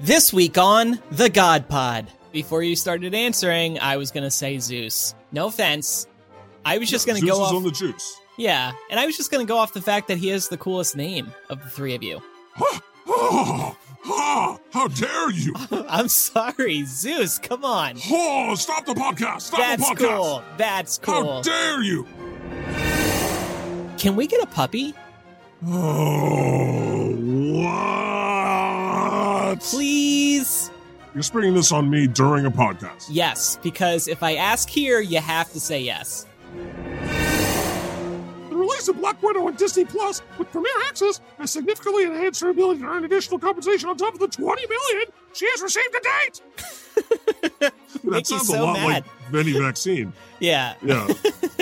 This week on The God Pod. Before you started answering, I was going to say Zeus. No offense. I was just going to Zeus go is off. on the juice. yeah, and I was just going to go off the fact that he is the coolest name of the three of you. Oh, oh, how dare you? I'm sorry, Zeus, come on. Oh, stop the podcast. Stop That's the podcast. cool. That's How cool. dare you? Can we get a puppy? Oh, what? Please? You're springing this on me during a podcast. Yes, because if I ask here, you have to say yes. The release of Black Widow on Disney Plus with premiere access has significantly enhanced her ability to earn additional compensation on top of the 20 million she has received to date. that Mickey's sounds so a lot mad. like Benny Vaccine. Yeah. Yeah.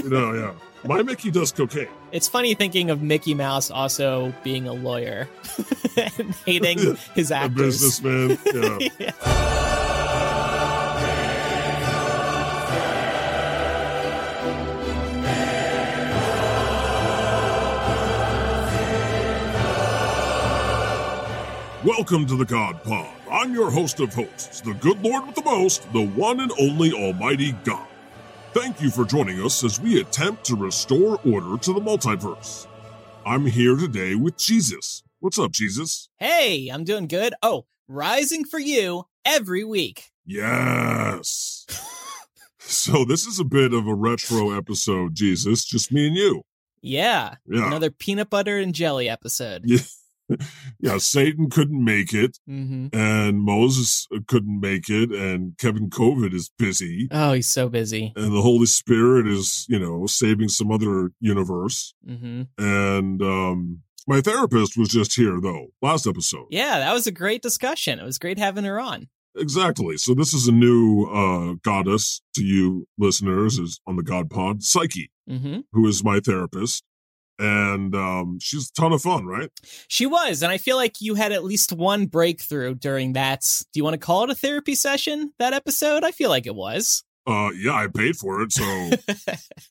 no, yeah. My Mickey does cocaine. It's funny thinking of Mickey Mouse also being a lawyer and hating his A actors. businessman. Yeah. Welcome to the God Pod. I'm your host of hosts, the good Lord with the most, the one and only Almighty God. Thank you for joining us as we attempt to restore order to the multiverse. I'm here today with Jesus. What's up, Jesus? Hey, I'm doing good. Oh, rising for you every week. Yes. so this is a bit of a retro episode, Jesus, just me and you. Yeah. Yeah. Another peanut butter and jelly episode. yeah. yeah, Satan couldn't make it hmm and Moses uh, couldn't make it and Kevin COVID is busy. Oh, he's so busy. and the Holy Spirit is, you know, saving some other universe. hmm And um my therapist was just here though, last episode. Yeah, that was a great discussion. It was great having her on. Exactly. So this is a new uh goddess to you listeners is on the God Pod, Psyche, hmm who is my therapist. And um she's a ton of fun, right? She was, and I feel like you had at least one breakthrough during that. Do you want to call it a therapy session? That episode? I feel like it was. Uh yeah, I paid for it, so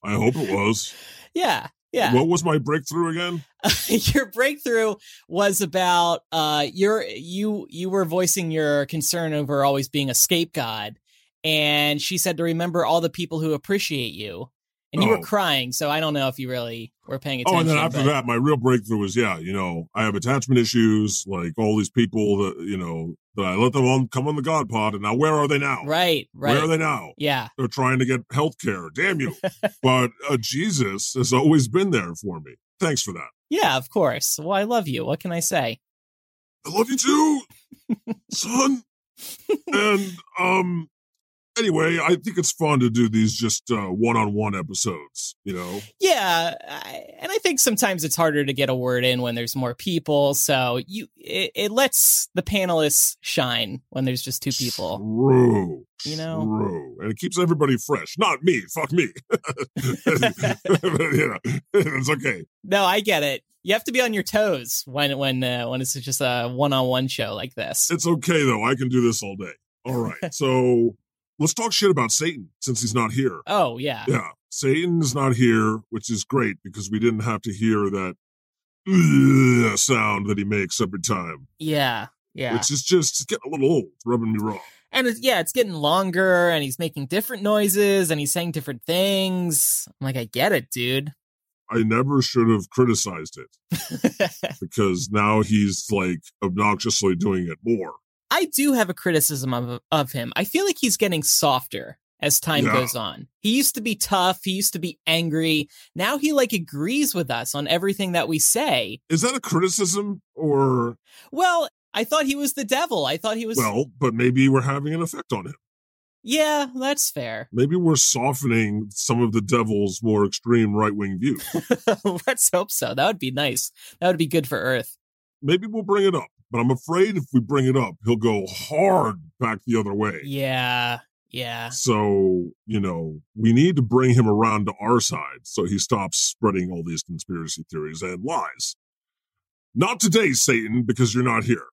I hope it was. yeah. Yeah. What was my breakthrough again? your breakthrough was about uh your you you were voicing your concern over always being a scapegoat and she said to remember all the people who appreciate you and you Oh. were crying so i don't know if you really were paying attention Oh, and then after but- that, my real breakthrough was, yeah, you know, I have attachment issues, like all these people that, you know, that I let them on come on the God pod, and now where are they now? right Where are right they now? yeah They're trying to get health care. Damn you. but uh, Jesus has always been there for me. Thanks for that. yeah of course well i love you what can i say I love you too, son. and um anyway, I think it's fun to do these just uh one-on-one episodes, you know. yeah I, and i think sometimes it's harder to get a word in when there's more people so you it, it lets the panelists shine when there's just two people True. You know? True. And it keeps everybody fresh. Not me. Fuck me. you know, it's okay. No, I get it. You have to be on your toes when when uh, when it's just a one on one show like this. It's okay though. I can do this all day. All right. So let's talk shit about Satan since he's not here. Oh yeah, Yeah. Satan is not here, which is great because we didn't have to hear that "Ugh" sound that he makes every time, yeah, yeah. which is just it's getting a little old, rubbing me wrong. and it's, yeah, it's getting longer, and he's making different noises, and he's saying different things. I'm like, I get it, dude. I never should have criticized it because now he's like obnoxiously doing it more. I do have a criticism of of him. I feel like he's getting softer as time Yeah. goes on. He used to be tough. He used to be angry. Now he like agrees with us on everything that we say. Is that a criticism or Well, I thought he was the devil. I thought he was. well, but maybe we're having an effect on him. yeah, that's fair. Maybe we're softening some of the devil's more extreme right-wing views. Let's hope so. That would be nice. That would be good for Earth. maybe we'll bring it up, But I'm afraid if we bring it up, he'll go hard back the other way. Yeah. Yeah. So, you know, we need to bring him around to our side so he stops spreading all these conspiracy theories and lies. Not today, Satan, because you're not here.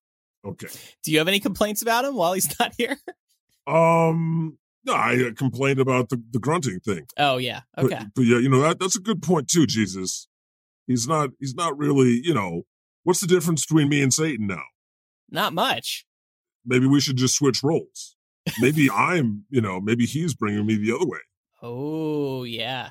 Okay. Do you have any complaints about him while he's not here? Um, no, I uh, complained about the, the grunting thing. Oh yeah. But- Okay. But, yeah, you know, that, that's a good point too, Jesus. He's not, he's not really, you know, what's the difference between me and Satan now? Not much. Maybe we should just switch roles. Maybe I'm, you know, maybe he's bringing me the other way. Oh yeah.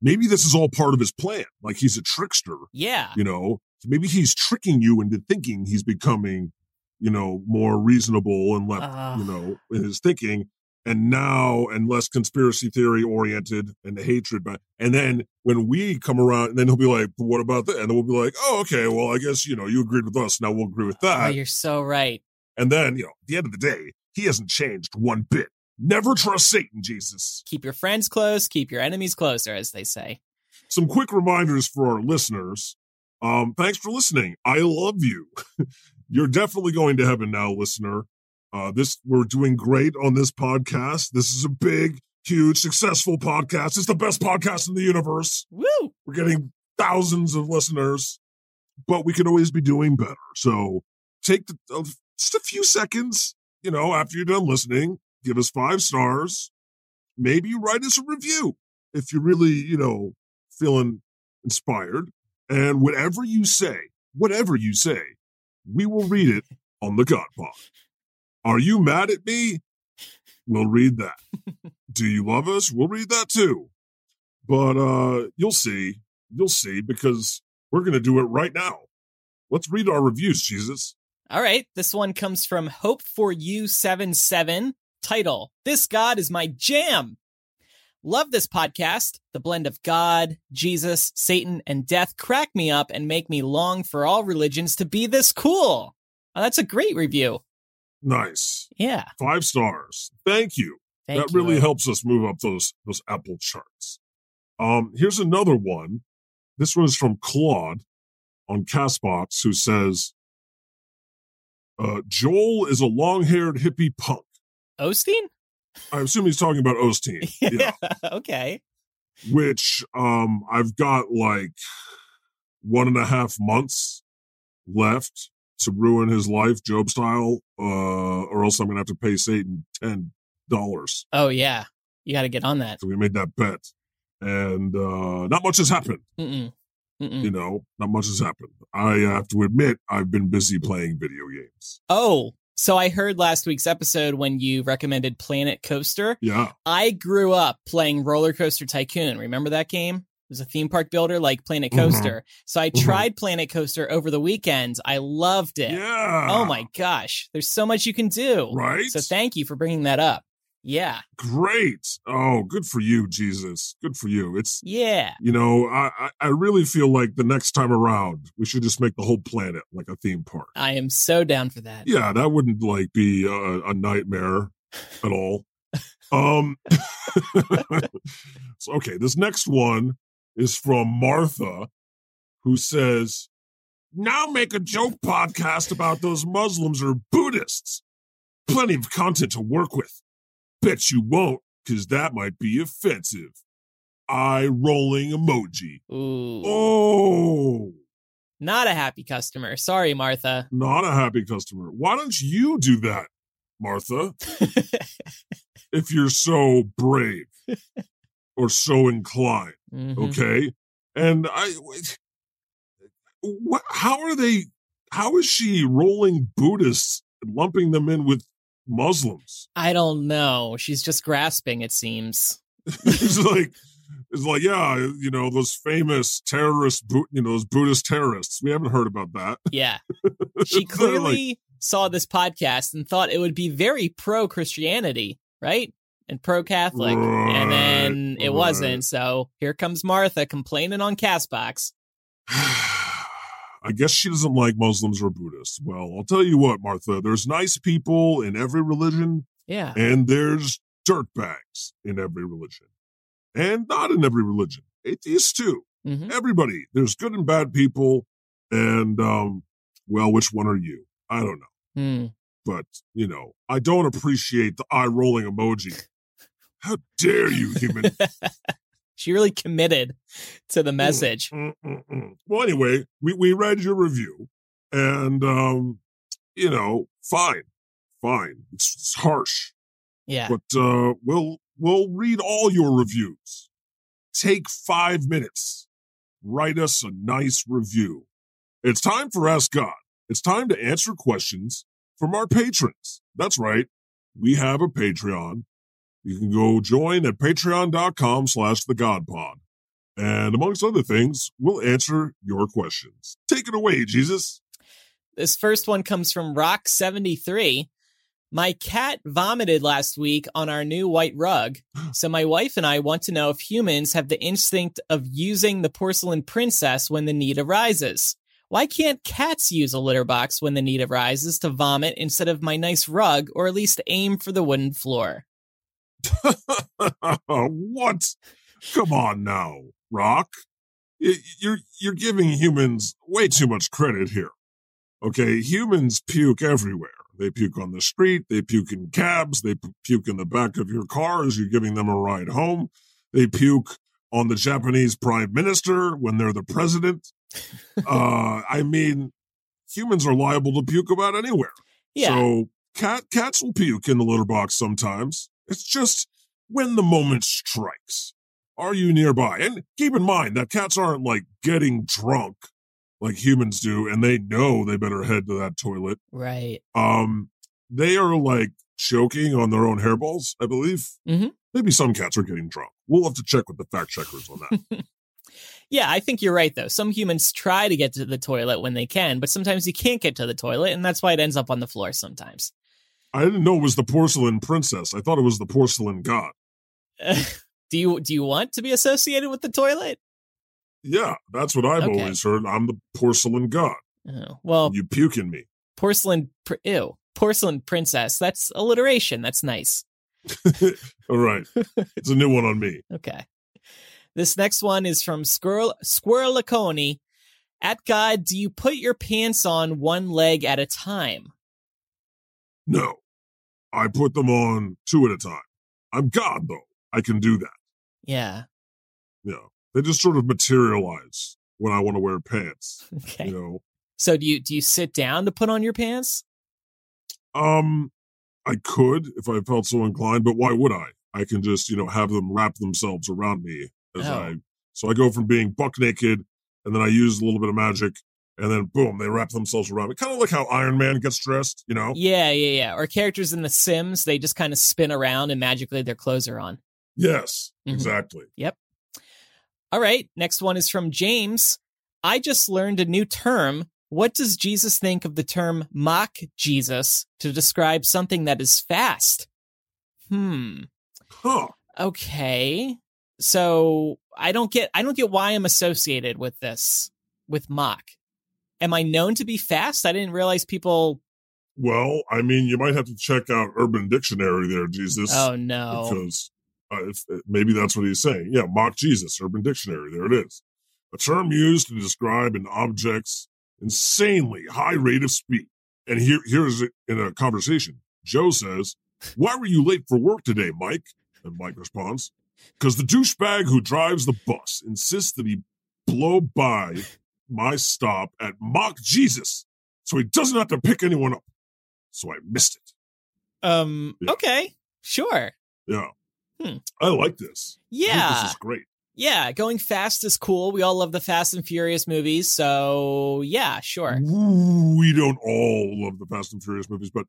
Maybe this is all part of his plan. Like he's a trickster Yeah. you know maybe he's tricking you into thinking he's becoming you know more reasonable and less Ah. Uh, you know in his thinking and now and less conspiracy theory oriented and the hatred but and then when we come around and then he'll be like but what about that and then we'll be like oh okay well i guess you know you agreed with us now we'll agree with Oh, that you're so right. and then you know at the end of the day he hasn't changed one bit never trust satan jesus Keep your friends close, keep your enemies closer, as they say. some quick reminders for our listeners. Um, thanks for listening. I love you. You're definitely going to heaven now, listener. Uh, this we're doing great on this podcast. This is a big, huge, successful podcast. It's the best podcast in the universe. Woo! We're getting thousands of listeners, but we could always be doing better. So take the, uh, just a few seconds, you know, after you're done listening, give us five stars. Maybe write us a review if you're really, you know, feeling inspired. And whatever you say, whatever you say, we will read it on the God Pod. Are you mad at me? We'll read that. Do you love us? We'll read that too but uh you'll see you'll see because we're gonna do it right now let's read our reviews jesus All right, this one comes from Hope for You 77. Title This God is My Jam. Love this podcast. The blend of God, Jesus, Satan, and death crack me up and make me long for all religions to be this cool. Oh, that's a great review. nice Yeah. five stars thank you Thank that you. really helps us move up those those apple charts um here's another one this one is from claude on castbox who says uh joel is a long-haired hippie punk Osteen? i assume he's talking about osteen yeah okay. which um I've got like one and a half months left to ruin his life, Job style, uh, or else I'm gonna have to pay Satan ten dollars. Oh, yeah. You got to get on that. So we made that bet. And uh not much has happened, Mm-mm. Mm-mm. you know. Not much has happened. I have to admit I've been busy playing video games. Oh, so I heard last week's episode when you recommended Planet Coaster. Yeah. I grew up playing Roller Coaster Tycoon. Remember that game? It was a theme park builder like Planet Mhm. Coaster. So I Mhm. tried Planet Coaster over the weekend. I loved it. Yeah. Oh my gosh. There's so much you can do. Right? So thank you for bringing that up. Yeah. Great. Oh, good for you, Jesus. Good for you. It's Yeah. you know, I, I- I really feel like the next time around, we should just make the whole planet like a theme park. I am so down for that. Yeah, that wouldn't like be a, a nightmare at all. Um, so, okay, this next one is from Martha, who says, "Now make a joke podcast about those Muslims or Buddhists. Plenty of content to work with. Bet you won't, because that might be offensive." Eye rolling emoji. Ooh. Oh, Not a happy customer. Sorry, Martha. not a happy customer. Why don't you do that, Martha, if you're so brave or so inclined? Mhm. Okay. And I, what, how are they, how is she rolling Buddhists and lumping them in with Muslims? I don't know. She's just grasping, it seems. it's like, it's like, yeah, you know, those famous terrorist, Bu- you know, those Buddhist terrorists. We haven't heard about that. Yeah. She They're like- clearly saw this podcast and thought it would be very pro Christianity, right? And pro Catholic. and then Right, it right. wasn't. So here comes Martha complaining on Castbox. I guess she doesn't like Muslims or Buddhists. Well, I'll tell you what, Martha, there's nice people in every religion, Yeah. and there's dirtbags in every religion. And not in every religion. Atheists too. hmm Everybody. There's good and bad people. And um, well, which one are you? I don't know. Hmm. But, you know, I don't appreciate the eye rolling emoji. How dare you, human? She really committed to the message. Mm, mm, mm. Well, anyway, we, we read your review, and um, you know, fine, fine. It's, it's harsh, Yeah. but uh, we'll we'll read all your reviews. Take five minutes, write us a nice review. It's time for Ask God. It's time to answer questions from our patrons. That's right, we have a Patreon. You can go join at patreon.com slash the God Pod. And amongst other things, we'll answer your questions. Take it away, Jesus. This first one comes from Rock73. My cat vomited last week on our new white rug, so my wife and I want to know if humans have the instinct of using the porcelain princess when the need arises. Why can't cats use a litter box when the need arises to vomit instead of my nice rug, or at least aim for the wooden floor? what? Come on now, Rock. Y- You're you're giving humans way too much credit here. Okay, humans puke everywhere. They puke on the street. They puke in cabs. They pu- puke in the back of your car as you're giving them a ride home. They puke on the Japanese prime minister when they're the president. uh, I mean, humans are liable to puke about anywhere. Yeah, So cat cats will puke in the litter box sometimes. It's just when the moment strikes. Are you nearby? And keep in mind that cats aren't like getting drunk like humans do, and they know they better head to that toilet. right. Um, they are like choking on their own hairballs, I believe. Mhm. Maybe some cats are getting drunk. We'll have to check with the fact checkers on that. Yeah, I think you're right, though. Some humans try to get to the toilet when they can, but sometimes you can't get to the toilet, and that's why it ends up on the floor sometimes. I didn't know it was the porcelain princess. I thought it was the porcelain god. do you do you want to be associated with the toilet? Yeah, that's what I've Okay. always heard. I'm the porcelain god. Oh, well, You puke in me. porcelain. Pr- ew, porcelain princess. That's alliteration. That's nice. All right. It's a new one on me. Okay. This next one is from Squirrel Squirrelacone. At God, do you put your pants on one leg at a time? No. I put them on two at a time. I'm God, though. I can do that. Yeah. You know, they just sort of materialize when I want to wear pants, Okay. you know? So do you do you sit down to put on your pants? Um, I could if I felt so inclined, but why would I? I can just, you know, have them wrap themselves around me as Oh. I. So I go from being buck naked and then I use a little bit of magic and then boom, they wrap themselves around me. Kind of like how Iron Man gets dressed, you know? Yeah, yeah, yeah. Or characters in The Sims, they just kind of spin around and magically their clothes are on. Yes, Mhm. exactly. All right, next one is from James. I just learned a new term. What does Jesus think of the term mock Jesus to describe something that is fast? Hmm. Huh. Okay. So I don't get I don't get why I'm associated with this with mock. Am I known to be fast? I didn't realize people Well, I mean, you might have to check out Urban Dictionary there, Jesus. Oh no. Because uh, if, maybe that's what he's saying. Yeah, mock Jesus, Urban Dictionary. There it is. A term used to describe an object's insanely high rate of speed. And here, here's it in a conversation. Joe says, Why were you late for work today, Mike? And Mike responds, Because the douchebag who drives the bus insists that he blow by my stop at mock Jesus so he doesn't have to pick anyone up. So I missed it. Um Yeah. okay. Sure. Yeah. Hmm. I like this. I think Yeah. this is great. Yeah, going fast is cool. We all love the Fast and Furious movies, so yeah, sure. We don't all love the Fast and Furious movies, but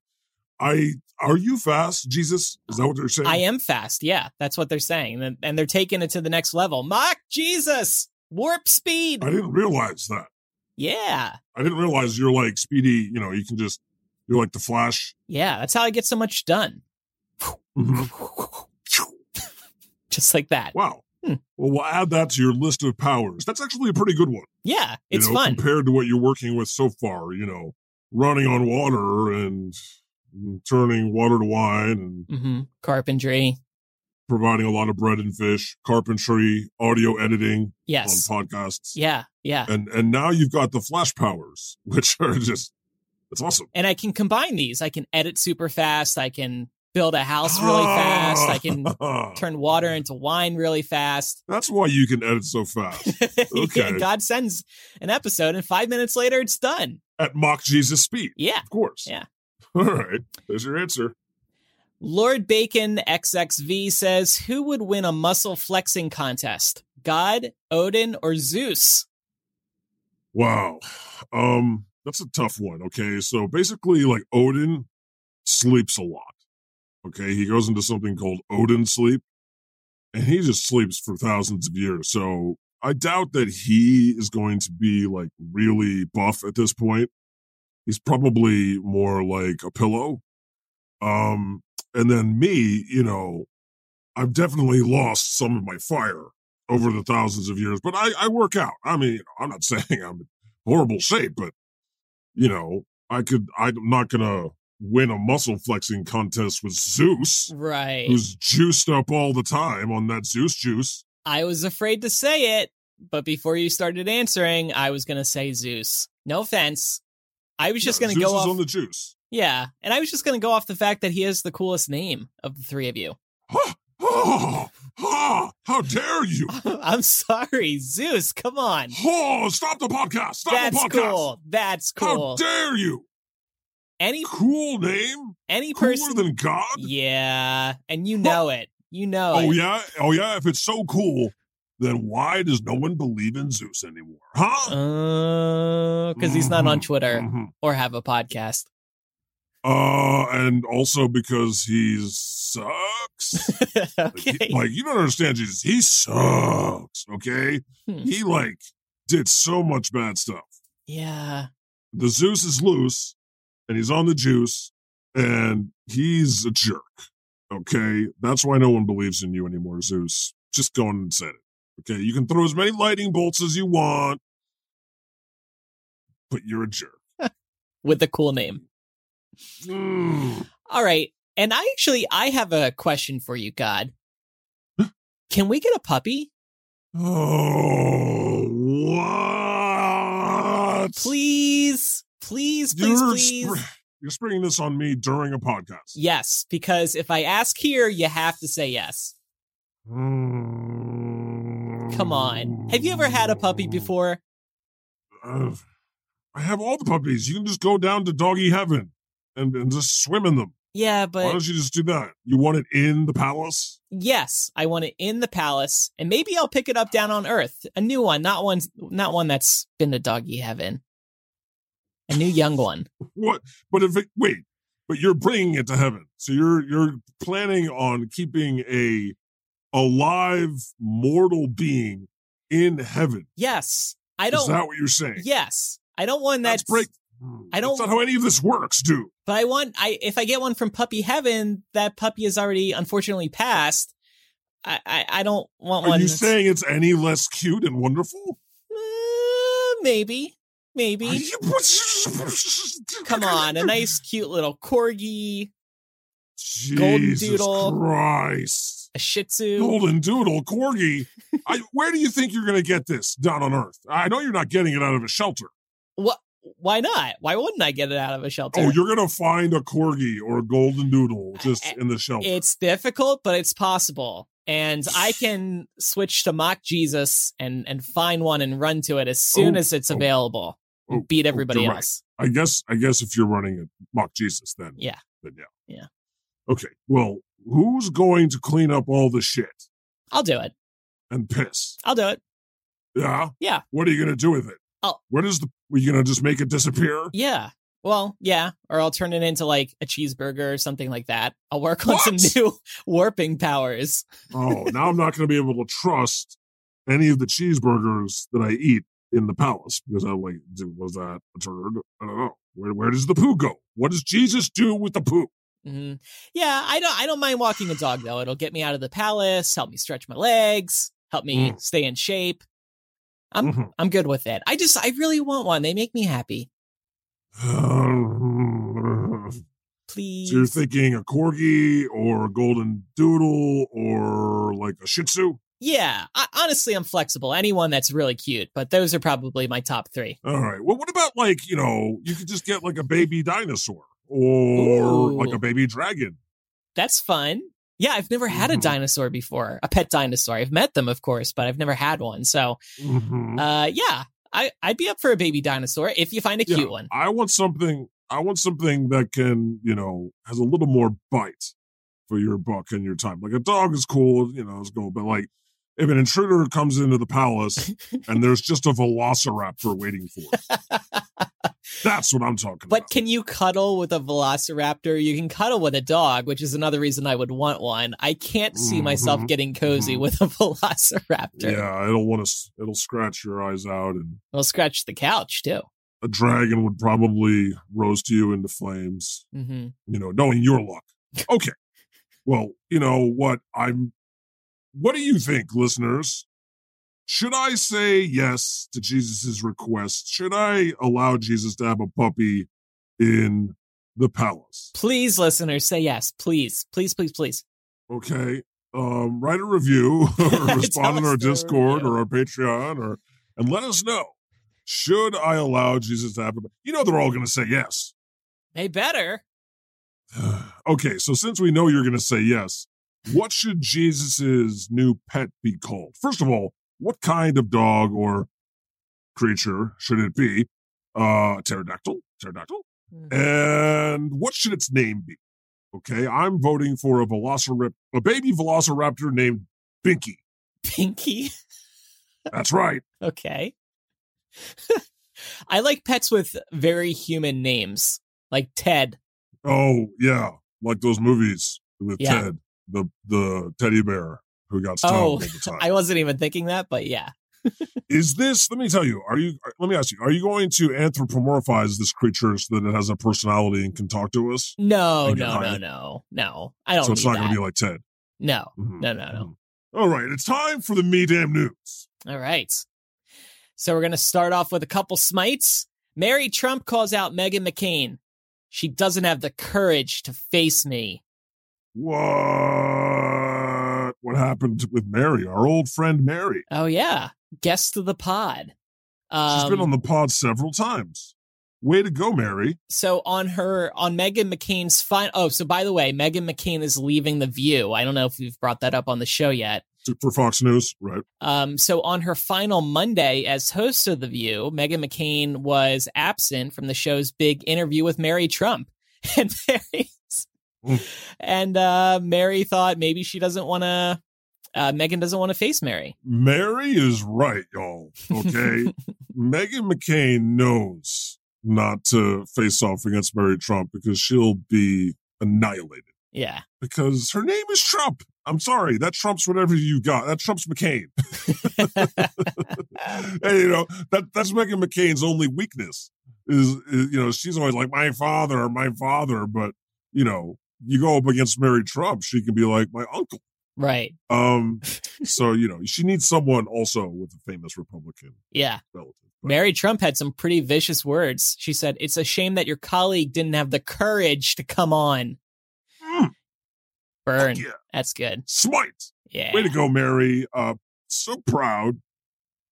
I are you fast, Jesus? Is that what they're saying? I am fast. Yeah, that's what they're saying, and, and they're taking it to the next level. Mock Jesus, warp speed. I didn't realize that. Yeah, I didn't realize you're like speedy. You know, you can just you're like the Flash. yeah. That's how I get so much done, Mm-hmm. Mhm. just like that. wow. Hmm. Well, we'll add that to your list of powers. That's actually a pretty good one. Yeah, you it's know, fun. compared to what you're working with so far. You know, running on water and turning water to wine and hmm Carpentry. providing a lot of bread and fish, carpentry, audio editing Yes. on podcasts. Yeah. Yeah. And and now you've got the flash powers, which are just That's awesome. and I can combine these. I can edit super fast. I can build a house really fast. I can turn water into wine really fast. That's why you can edit so fast. Okay. God sends an episode, and five minutes later, it's done. At mock Jesus speed. Yeah. Of course. Yeah. All right. There's your answer. Lord Bacon XXV says, Who would win a muscle flexing contest? God, Odin, or Zeus? Wow. Um, that's a tough one. Okay. So basically, like Odin sleeps a lot. Okay. He goes into something called Odin sleep and he just sleeps for thousands of years. So I doubt that he is going to be like really buff at this point. He's probably more like a pillow. Um, and then me, you know, I've definitely lost some of my fire over the thousands of years, but I, I work out. I mean, I'm not saying I'm in horrible shape, but you know, I could, I'm not gonna win a muscle flexing contest with Zeus Right. who's juiced up all the time on that Zeus juice. I was afraid to say it, but before you started answering, I was going to say Zeus. No offense. I was just Yeah, going to Zeus go is off. on the juice. yeah. And I was just going to go off the fact that he is the coolest name of the three of you. Ha, ha, ha, Oh, how dare you? I'm sorry, Zeus. Come on. Oh, stop the podcast. Stop That's the podcast. cool. That's How cool. dare you? Any Cool name? any Cooler person. than God? yeah. And you know it. You know Oh, it. yeah? Oh, yeah? If it's so cool, then why does no one believe in Zeus anymore? Huh? Because Uh, he's not on Mhm, Twitter mhm. or have a podcast. Uh, and also because he sucks. Like, okay. he- like you don't understand Jesus. He sucks. Okay, Hmm. he like did so much bad stuff. yeah. The Zeus is loose, and he's on the juice, and he's a jerk. Okay, that's why no one believes in you anymore, Zeus. Just go on and say it. Okay, you can throw as many lightning bolts as you want, but you're a jerk. With a cool name. Mm. All right. And I actually I have a question for you, God. Can we get a puppy? Oh, what? Please. Please, please, you're, please. spr- you're springing this on me during a podcast. yes, because if I ask here, you have to say yes. Come on. Have you ever had a puppy before? Uh, I have all the puppies. You can just go down to doggy heaven and, and just swim in them. Yeah, Why but don't you just do that? You want it in the palace? yes, I want it in the palace, and maybe I'll pick it up down on Earth. A new one, not one, not one that's been to doggy heaven. A new young one. What? But if it, wait, but you're bringing it to heaven. So you're you're planning on keeping a alive mortal being in heaven. Yes, I Is don't. that what you're saying? yes, I don't want That's that. break. I don't- That's not how any of this works, dude. But I want I if I get one from Puppy Heaven, that puppy is already unfortunately passed. I I, I don't want Are one. you that's- saying it's any less cute and wonderful? Uh, maybe, Are maybe. you- Come on, a nice, cute little corgi, Jesus golden doodle. Christ. a Shih Tzu. Golden doodle, corgi. I, where do you think you're going to get this down on Earth? I know you're not getting it out of a shelter. What? Why not? Why wouldn't I get it out of a shelter? Oh, you're going to find a corgi or a golden doodle just in the shelter. eh, it's difficult, but it's possible. And I can switch to mock Jesus and and find one and run to it as soon Oh, as it's oh, available. and oh, beat everybody you're right. else. I guess. I guess if you're running a mock Jesus, then Yeah. then yeah, Yeah. Okay. Well, who's going to clean up all the shit I'll do it. and piss? I'll do it. Yeah. Yeah. What are you gonna do with it? Oh. What is the? Are you gonna just make it disappear? Yeah. Well, yeah. Or I'll turn it into like a cheeseburger or something like that. I'll work on some What? new warping powers. oh, now I'm not gonna be able to trust any of the cheeseburgers that I eat in the palace because I'm like, dude, was that a turd? I don't know. Where where does the poo go? What does Jesus do with the poo? Mhm. Yeah, I don't. I don't mind walking a dog though. It'll get me out of the palace, help me stretch my legs, help me Mm. stay in shape. I'm Mhm. I'm good with it. I just I really want one. They make me happy. Please. so you're thinking a corgi or a golden doodle or like a Shih Tzu? Yeah, I, honestly, I'm flexible. Anyone that's really cute, but those are probably my top three. All right. Well, what about like you know you could just get like a baby dinosaur or Ooh. like a baby dragon. That's fun. Yeah, I've never had a Mhm. dinosaur before, a pet dinosaur. I've met them, of course, but I've never had one. So, Mhm. uh, yeah, I, I'd be up for a baby dinosaur if you find a Yeah, cute one. I want something. I want something that can you know has a little more bite for your buck and your time. Like a dog is cool, you know, it's cool, but like. If an intruder comes into the palace and there's just a velociraptor waiting for it, that's what I'm talking But about. can you cuddle with a velociraptor? You can cuddle with a dog, which is another reason I would want one. I can't see myself Mhm. getting cozy Mhm. with a velociraptor. Yeah, it'll want to. It'll scratch your eyes out, and It'll scratch the couch too. a dragon would probably roast you into flames. hmm You know, knowing your luck. Okay. Well, you know what? I'm. What do you think, listeners? Should I say yes to Jesus's request? Should I allow Jesus to have a puppy in the palace? Please, listeners, say yes. Please, please, please, please. okay um write a review or respond in us the our discord review. or our patreon or and let us know should i allow jesus to have a you know they're all gonna say yes They better. okay so since we know you're gonna say yes what should jesus's new pet be called first of all what kind of dog or creature should it be uh pterodactyl pterodactyl Mm-hmm. and what should its name be? Okay, I'm voting for a velociraptor, a baby velociraptor named Binky. Pinky. That's right. Okay. I like pets with very human names, like Ted. Oh yeah, like those movies with Yeah. Ted, the the teddy bear who got stung Oh, all the time. I wasn't even thinking that, but yeah. Is this? Let me tell you. Are you? Let me ask you. Are you going to anthropomorphize this creature so that it has a personality and can talk to us? I No, get no, no, hired. no, no. I don't So it's need not that. going to be like Ted. no. Mhm. No, no, no. Mhm. All right, it's time for the me damn news. All right. So we're going to start off with a couple smites. Mary Trump calls out Megan McCain. She doesn't have the courage to face me. What? What happened with Mary, our old friend Mary? Oh, yeah. Guest of the pod. Um, She's been on the pod several times. Way to go, Mary. so on her on Megan McCain's fine. Oh, so by the way, Megan McCain is leaving the View. I don't know if we've brought that up on the show yet. To- For Fox News, right? Um, so on her final Monday as host of the View, Megan McCain was absent from the show's big interview with Mary Trump, and Mary and uh, Mary thought maybe she doesn't want to. Uh, Megan doesn't want to face Mary. Mary is right, y'all. Okay. Megan McCain knows not to face off against Mary Trump because she'll be annihilated Yeah, because her name is Trump. I'm sorry. That trumps whatever you got. That trumps McCain. and, you know that that's Megan McCain's only weakness is, is you know she's always like my father, my father, but you know you go up against Mary Trump, she can be like my uncle. right. Um, so you know she needs someone also with a famous Republican Yeah. relative. But Mary Trump had some pretty vicious words. She said, It's a shame that your colleague didn't have the courage to come on. Mm. Burn. Yeah, That's good. smite. Yeah. Way to go, Mary. Uh, so proud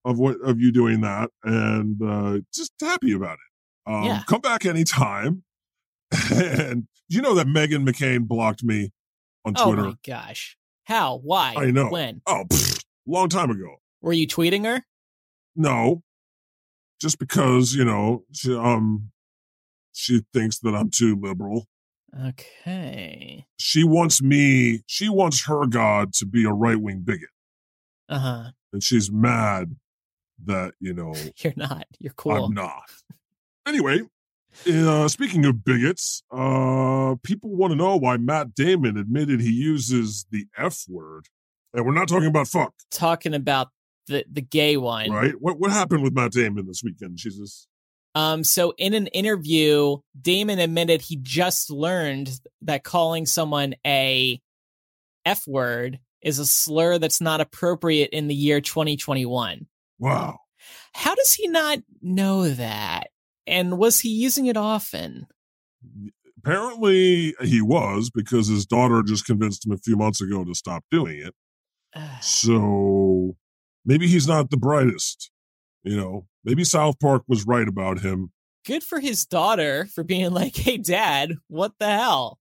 of what of you doing that, and uh, just happy about it. Um, Yeah. Come back anytime. and you know that Megan McCain blocked me on oh Twitter. my gosh. How? Why? I know. When? Oh, pfft, long time ago. Were you tweeting her? No, just because you know she um she thinks that I'm too liberal. Okay. She wants me. She wants her God to be a right wing bigot, Uh huh. and she's mad that you know You're not. You're cool. I'm not. Anyway, uh, speaking of bigots, uh, people want to know why Matt Damon admitted he uses the F word, and we're not talking about fuck, Talking about the, the gay one. right? What what happened with Matt Damon this weekend? Jesus. Um, so in an interview, Damon admitted he just learned that calling someone a F word is a slur that's not appropriate in the year 2021. Wow. How does he not know that? And was he using it often? Apparently he was because his daughter just convinced him a few months ago to stop doing it. So maybe he's not the brightest. You know, maybe South Park was right about him. Good for his daughter for being like, "Hey, Dad, what the hell?"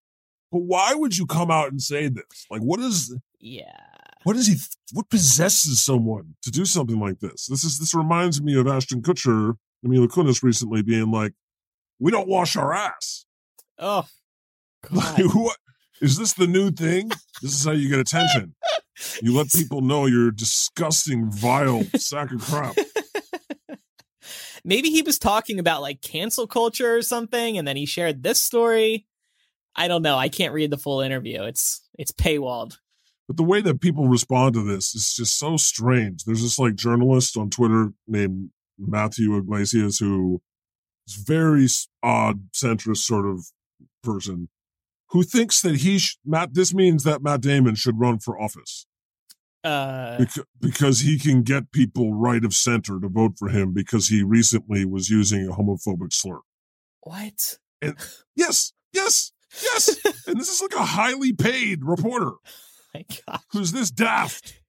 But why would you come out and say this? Like, what is Yeah. what is he? What possesses someone to do something like this? This is this reminds me of Ashton Kutcher, Mila Kunis recently being like, "We don't wash our ass." Oh. Like, God. what is this the new thing? This is how you get attention. You let people know you're a disgusting, vile sack of crap. Maybe he was talking about like cancel culture or something, and then he shared this story. I don't know. I can't read the full interview. It's it's paywalled. But the way that people respond to this is just so strange. There's this like journalist on Twitter named Matthew Iglesias who is very s- odd centrist sort of person who thinks that he sh- Matt this means that Matt Damon should run for office Uh, because, because he can get people right of center to vote for him because he recently was using a homophobic slur. what? Yes, yes, yes. and this is like a highly paid reporter My God. who's this daft.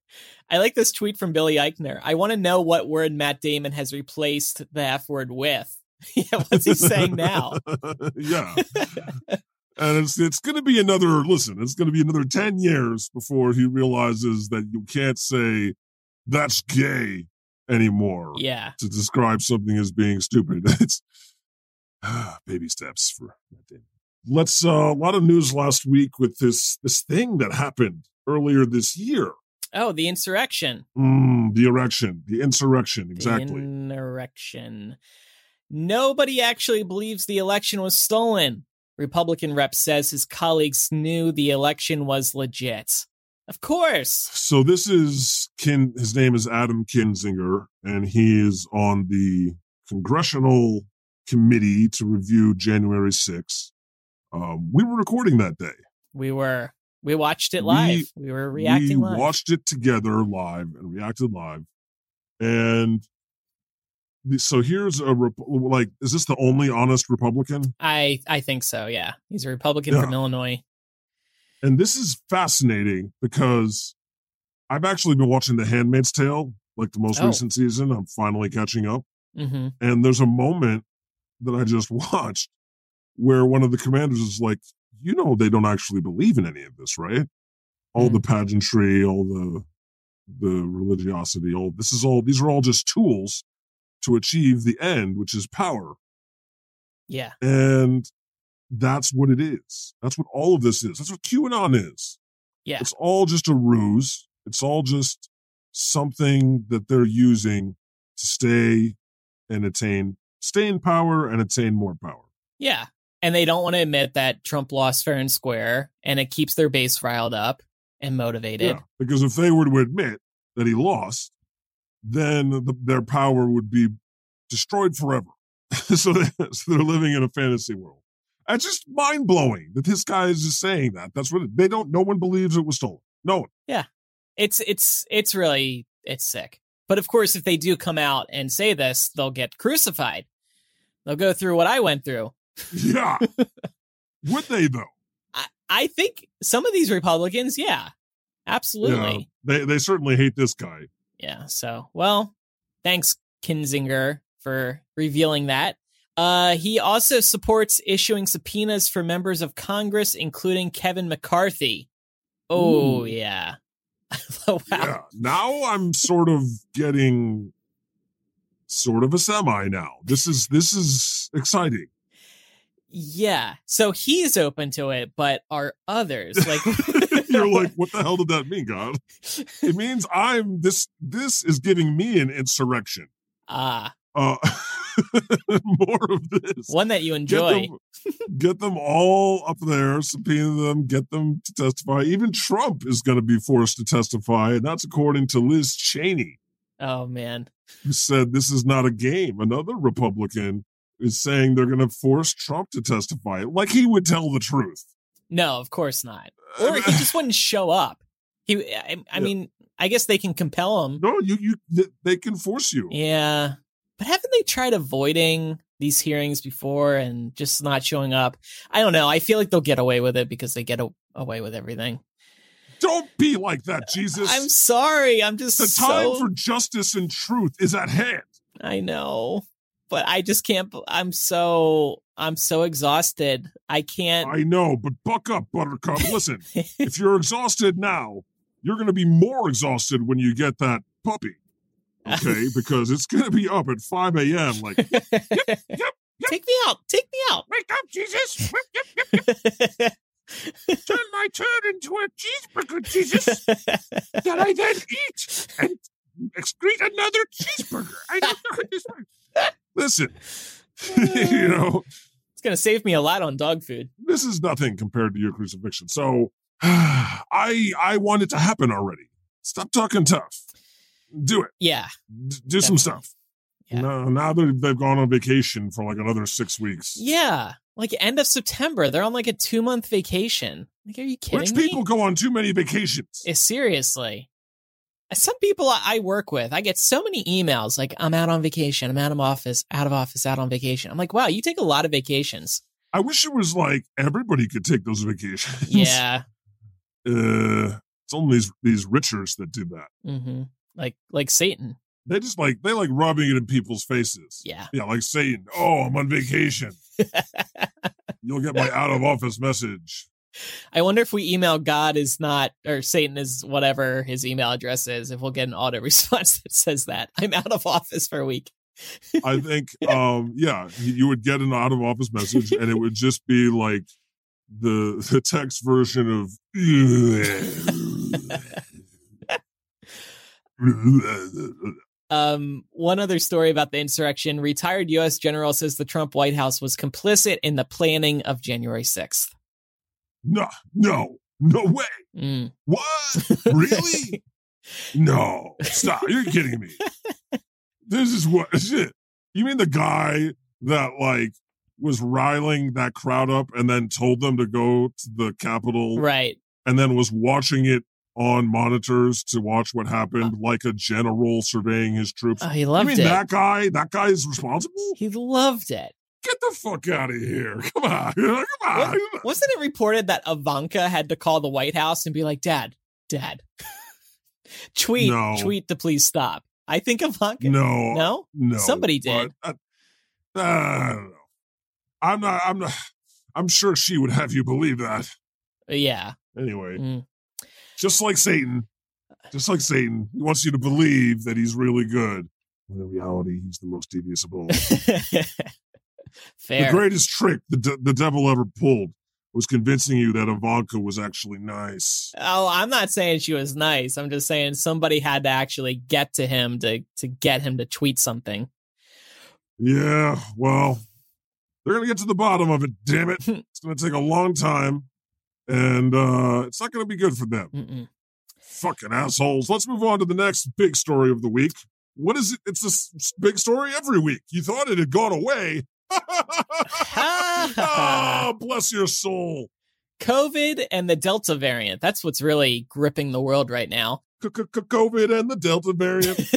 I like this tweet from Billy Eichner. I want to know what word Matt Damon has replaced the F word with. yeah, what's he saying now? yeah. And it's it's going to be another listen. It's going to be another ten years before he realizes that you can't say that's gay anymore Yeah. to describe something as being stupid. It's ah, baby steps for Matt Damon. Let's uh, a lot of news last week with this this thing that happened earlier this year. Oh, the insurrection. Mm, the erection, the insurrection, exactly. The insurrection. Nobody actually believes the election was stolen. Republican rep says his colleagues knew the election was legit. Of course. So this is Kin. His name is Adam Kinzinger, and he is on the congressional committee to review January 6th. Um, we were recording that day. We were we watched it We- live. We, were reacting we live. watched it together live and reacted live. And the- so here's a rep- like, is this the only honest Republican? I I think so, yeah. He's a Republican Yeah. from Illinois. And this is fascinating because I've actually been watching The Handmaid's Tale, like the most Oh. recent season. I'm finally catching up. Mm-hmm. And there's a moment that I just watched where one of the commanders is like, you know, they don't actually believe in any of this, right? All the pageantry, all the the religiosity, all this is all these are all just tools to achieve the end, which is power. Yeah. And that's what it is. That's what all of this is. That's what QAnon is. Yeah. It's all just a ruse. It's all just something that they're using to stay and attain, stay in power and attain more power. Yeah. And they don't want to admit that Trump lost fair and square, and it keeps their base riled up and motivated. Because if they were to admit that he lost, then the, their power would be destroyed forever. so, they, so they're living in a fantasy world. It's just mind blowing that this guy is just saying that. That's what it- they don't. No one believes it was stolen. No one. It's it's it's really it's sick. But of course, if they do come out and say this, they'll get crucified. They'll go through what I went through. Yeah. would they though? I, I think some of these Republicans, yeah, absolutely, Yeah, they they certainly hate this guy. yeah. So well, thanks Kinzinger for revealing that. Uh, he also supports issuing subpoenas for members of Congress, including Kevin McCarthy. Oh Ooh. yeah, wow. Yeah. Now I'm sort of getting sort of a semi now. This is this is exciting. Yeah. So he's open to it, but are others like You're like, what the hell did that mean, God? It means I'm this this is giving me an insurrection. ah Uh more of this. one that you Get enjoy? them, get them all up there, subpoena them, get them to testify. Even Trump is going to be forced to testify, and that's according to Liz Cheney. Oh man. who said this is not a game. Another Republican is saying they're going to force Trump to testify, like he would tell the truth. No, of course not. Or he just wouldn't show up. He. I, I Uh, Yeah. mean, I guess they can compel him. no, you, you, th- they can force you. Yeah. But haven't they tried avoiding these hearings before and just not showing up? I don't know. I feel like they'll get away with it because they get a- away with everything. Don't be like that, Jesus. I'm sorry. I'm just the time so- for justice and truth is at hand. I know, but I just can't. b- I'm so I'm so exhausted. I can't. I know, but buck up, Buttercup. Listen, if you're exhausted now, you're going to be more exhausted when you get that puppy. Okay, because it's going to be up at 5 a.m. Like, Take me out. Take me out. wake up, Jesus! Whip, yip, yip, yip. Turn my turd into a cheeseburger, Jesus! that I then eat and excrete another cheeseburger. I don't know what this works. Listen, you know, It's gonna save me a lot on dog food. this is nothing compared to your crucifixion. So I I want it to happen already. Stop talking tough. Do it. Yeah. D- do some Definitely. stuff. Yeah. No, now that they've gone on vacation for like another six weeks. Yeah. Like end of September, they're on like a two month vacation. Like, are you kidding Rich me? people go on too many vacations. Eh, Seriously. Eh, Some people I I work with, I get so many emails like, I'm out on vacation, I'm out of office, out of office, out on vacation. I'm like, wow, you take a lot of vacations. I wish it was like everybody could take those vacations. Yeah. Uh, it's only these these richers that do that. hmm Like, like Satan. They just like they like rubbing it in people's faces. Yeah. Yeah, like saying, "Oh, I'm on vacation. You'll get my out of office message." I wonder if we email God is not, or Satan is whatever his email address is, if we'll get an auto response that says that I'm out of office for a week. I think, um, yeah, you you would get an out of office message, and it would just be like the the text version of. Um, one other story about the insurrection. Retired U.S. general says the Trump White House was complicit in the planning of January 6th. no, no, no way! Mm. What? Really? No, stop! You're kidding me. This is what shit. You mean the guy that like was riling that crowd up and then told them to go to the Capitol right. and then was watching it on monitors to watch what happened, like a general surveying his troops. Oh, he I Uh-huh. loved mean, it. that guy, that guy is responsible? He loved it. Get the fuck out of here. Come on. Come on. Wasn't it reported that Ivanka had to call the White House and be like, "Dad, Dad, tweet, No. tweet to please stop"? I think Ivanka. No, no, no? somebody did. but, uh, I don't know. I'm not, I'm not, I'm sure she would have you believe that. Yeah. Anyway, Mm. Uh. just like Satan, just like Satan, he wants you to believe that he's really good. When in reality, he's the most devious of all. Fair. The greatest trick the, de- the devil ever pulled was convincing you that Ivanka was actually nice. Oh, I'm not saying she was nice. I'm just saying somebody had to actually get to him to to get him to tweet something. Yeah, well, they're going to get to the bottom of it, damn it. It's going to take a long time, and uh, it's not going to be good for them. Mm-mm. Fucking assholes. Let's move on to the next big story of the week. What is it? It's this s- big story every week. You thought it had gone away. Ah, bless your soul. COVID and the Delta variant. That's what's really gripping the world right now. COVID and the Delta variant.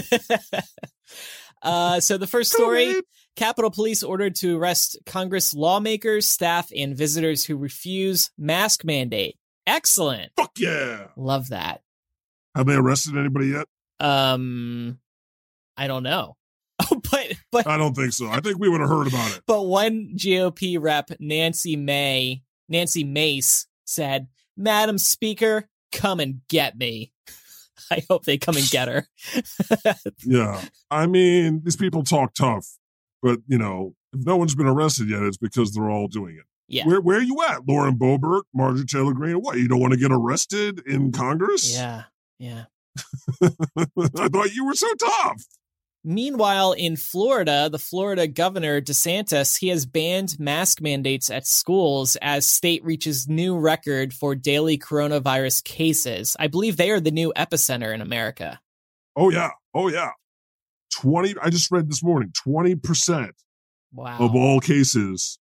uh, so the first story. COVID. Capitol Police ordered to arrest Congress lawmakers, staff, and visitors who refuse mask mandate. Excellent. Fuck yeah. Love that. Have they arrested anybody yet? Um I don't know. Oh, but but I don't think so. I think we would have heard about it. but one GOP rep, Nancy May, Nancy Mace said, "Madam Speaker, come and get me." I hope they come and get her. Yeah. I mean, these people talk tough, but you know, if no one's been arrested yet, it's because they're all doing it. Yeah. Where where are you at, Lauren Boebert, Marjorie Taylor Greene? What you don't want to get arrested in Congress? Yeah. Yeah. I thought you were so tough. Meanwhile, in Florida, the Florida governor DeSantis, he has banned mask mandates at schools as state reaches new record for daily coronavirus cases. I believe they are the new epicenter in America. Oh yeah, oh yeah. Twenty. I just read this morning. Twenty percent Wow. of all cases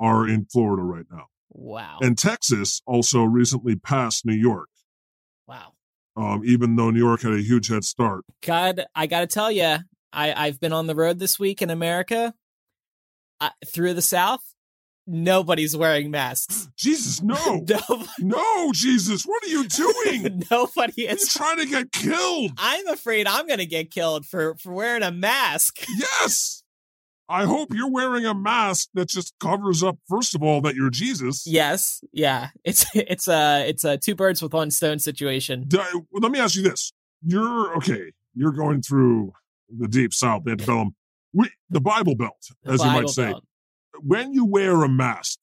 are in Florida right now, wow. and Texas also recently passed New York. wow. Um, even though New York had a huge head start. God, I got to tell you, I I've been on the road this week in America. I, through the South, nobody's wearing masks. Jesus, no. No, no, Jesus, what are you doing? nobody You're is. trying to get killed. I'm afraid I'm going to get killed for for wearing a mask. Yes. I hope you're wearing a mask that just covers up, first of all, that you're Jesus. Yes, yeah. It's it's a it's a two birds with one stone situation. D- Let me ask you this. You're okay. You're going through the deep south, the antebellum, we, the Bible Belt, as you might Bible say. Belt. When you wear a mask,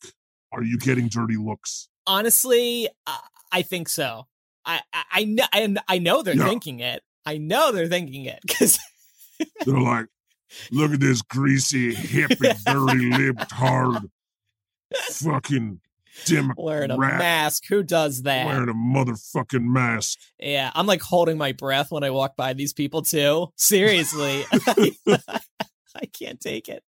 are you getting dirty looks? honestly, I, I think so. I I, I know I, kn- I know they're No. thinking it. I know they're thinking it because They're like, look at this greasy, hippie, dirty lipped, hard, fucking Democrat wearing a Rat. mask, who does that? wearing a motherfucking mask. yeah, I'm like holding my breath when I walk by these people too. Seriously, I can't take it.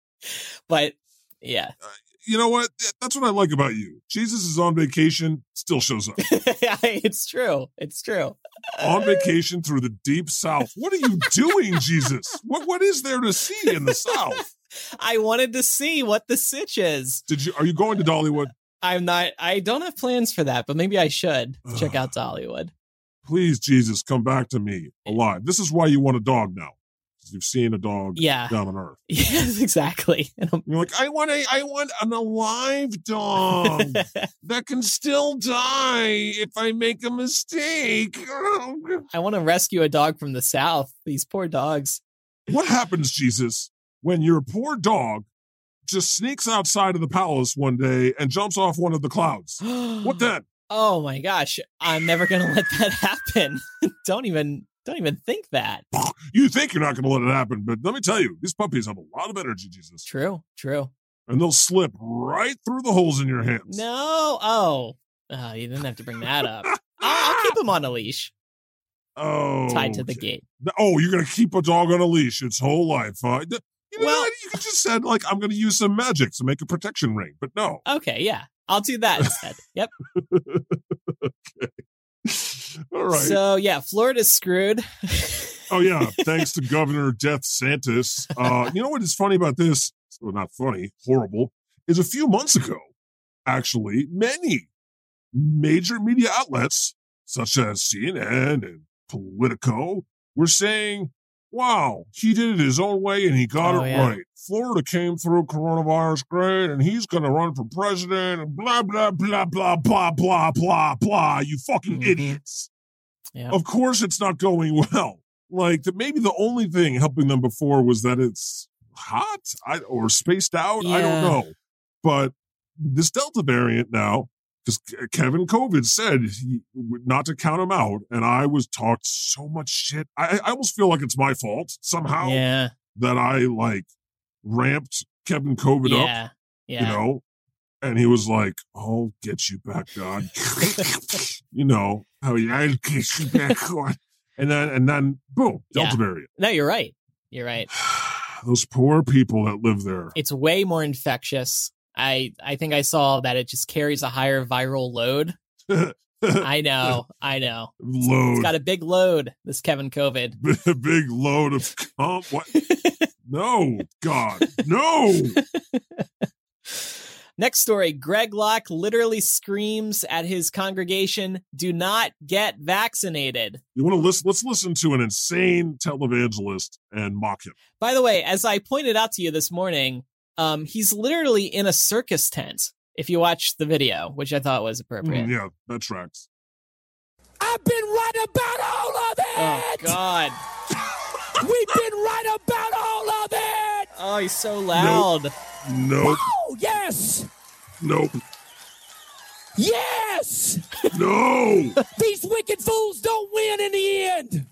But yeah, You know what? That's what I like about you. Jesus is on vacation, still shows up. it's true. It's true. on vacation through the deep south. What are you doing, Jesus? What what is there to see in the south? I wanted to see what the sitch is. Did you are you going to Dollywood? I'm not. I don't have plans for that, but maybe I should check out Dollywood. Please, Jesus, come back to me alive. This is why you want a dog now. 'Cause You've seen a dog Yeah. down on earth. Yes, exactly. And I'm- And You're like, I want a I want an alive dog that can still die if I make a mistake. I want to rescue a dog from the south. These poor dogs. What happens, Jesus, when your poor dog just sneaks outside of the palace one day and jumps off one of the clouds? What what then? Oh my gosh! I'm never gonna let that happen. don't even, don't even think that. You think you're not going to let it happen, but let me tell you, these puppies have a lot of energy, Jesus, True, true. and they'll slip right through the holes in your hands. No, oh, oh, you didn't have to bring that up. I'll, I'll keep him on a leash, oh, tied to the okay. gate. Oh, you're going to keep a dog on a leash its whole life. Huh? You know Well- what? You could just said like, I'm going to use some magic to make a protection ring, but no. Okay, yeah, I'll do that instead. Yep. All right. So yeah, Florida's screwed. Oh yeah, thanks to Governor Death Santis. Uh, you know what is funny about this? Well, not funny, horrible. Is a few months ago, actually, many major media outlets such as CNN and Politico were saying, "Wow, he did it his own way and he got Oh, it yeah. right. Florida came through coronavirus great, and he's going to run for president." And blah blah blah blah blah blah blah blah. You fucking Mhm. idiots Yeah. of course it's not going well. Like that maybe the only thing helping them before was that it's hot I, or spaced out. Yeah. I don't know. But this Delta variant now, because Kevin COVID said he, not to count him out, and I was talked so much shit. I, I almost feel like it's my fault somehow yeah, that I like ramped Kevin COVID up yeah, yeah. you know and he was like i'll get you back on you know how yeah, i'll get you back on and then and then boom delta Yeah. variant No, you're right. You're right. those poor people that live there it's way more infectious. I I think I saw that it just carries a higher viral load. I know, I know. It's load got a big load. This Kevin COVID. big load of cum. what no god no Next story: Greg Locke literally screams at his congregation, "Do not get vaccinated." you want to listen let's listen to an insane televangelist and mock him By the way, as I pointed out to you this morning, um, he's literally in a circus tent. If you watch the video, which I thought was appropriate. Mm, yeah that tracks I've been right about all of Oh it. God! We've been right about all of it. Oh, he's so loud. nope Oh yes, nope yes. no These wicked fools don't win in the end.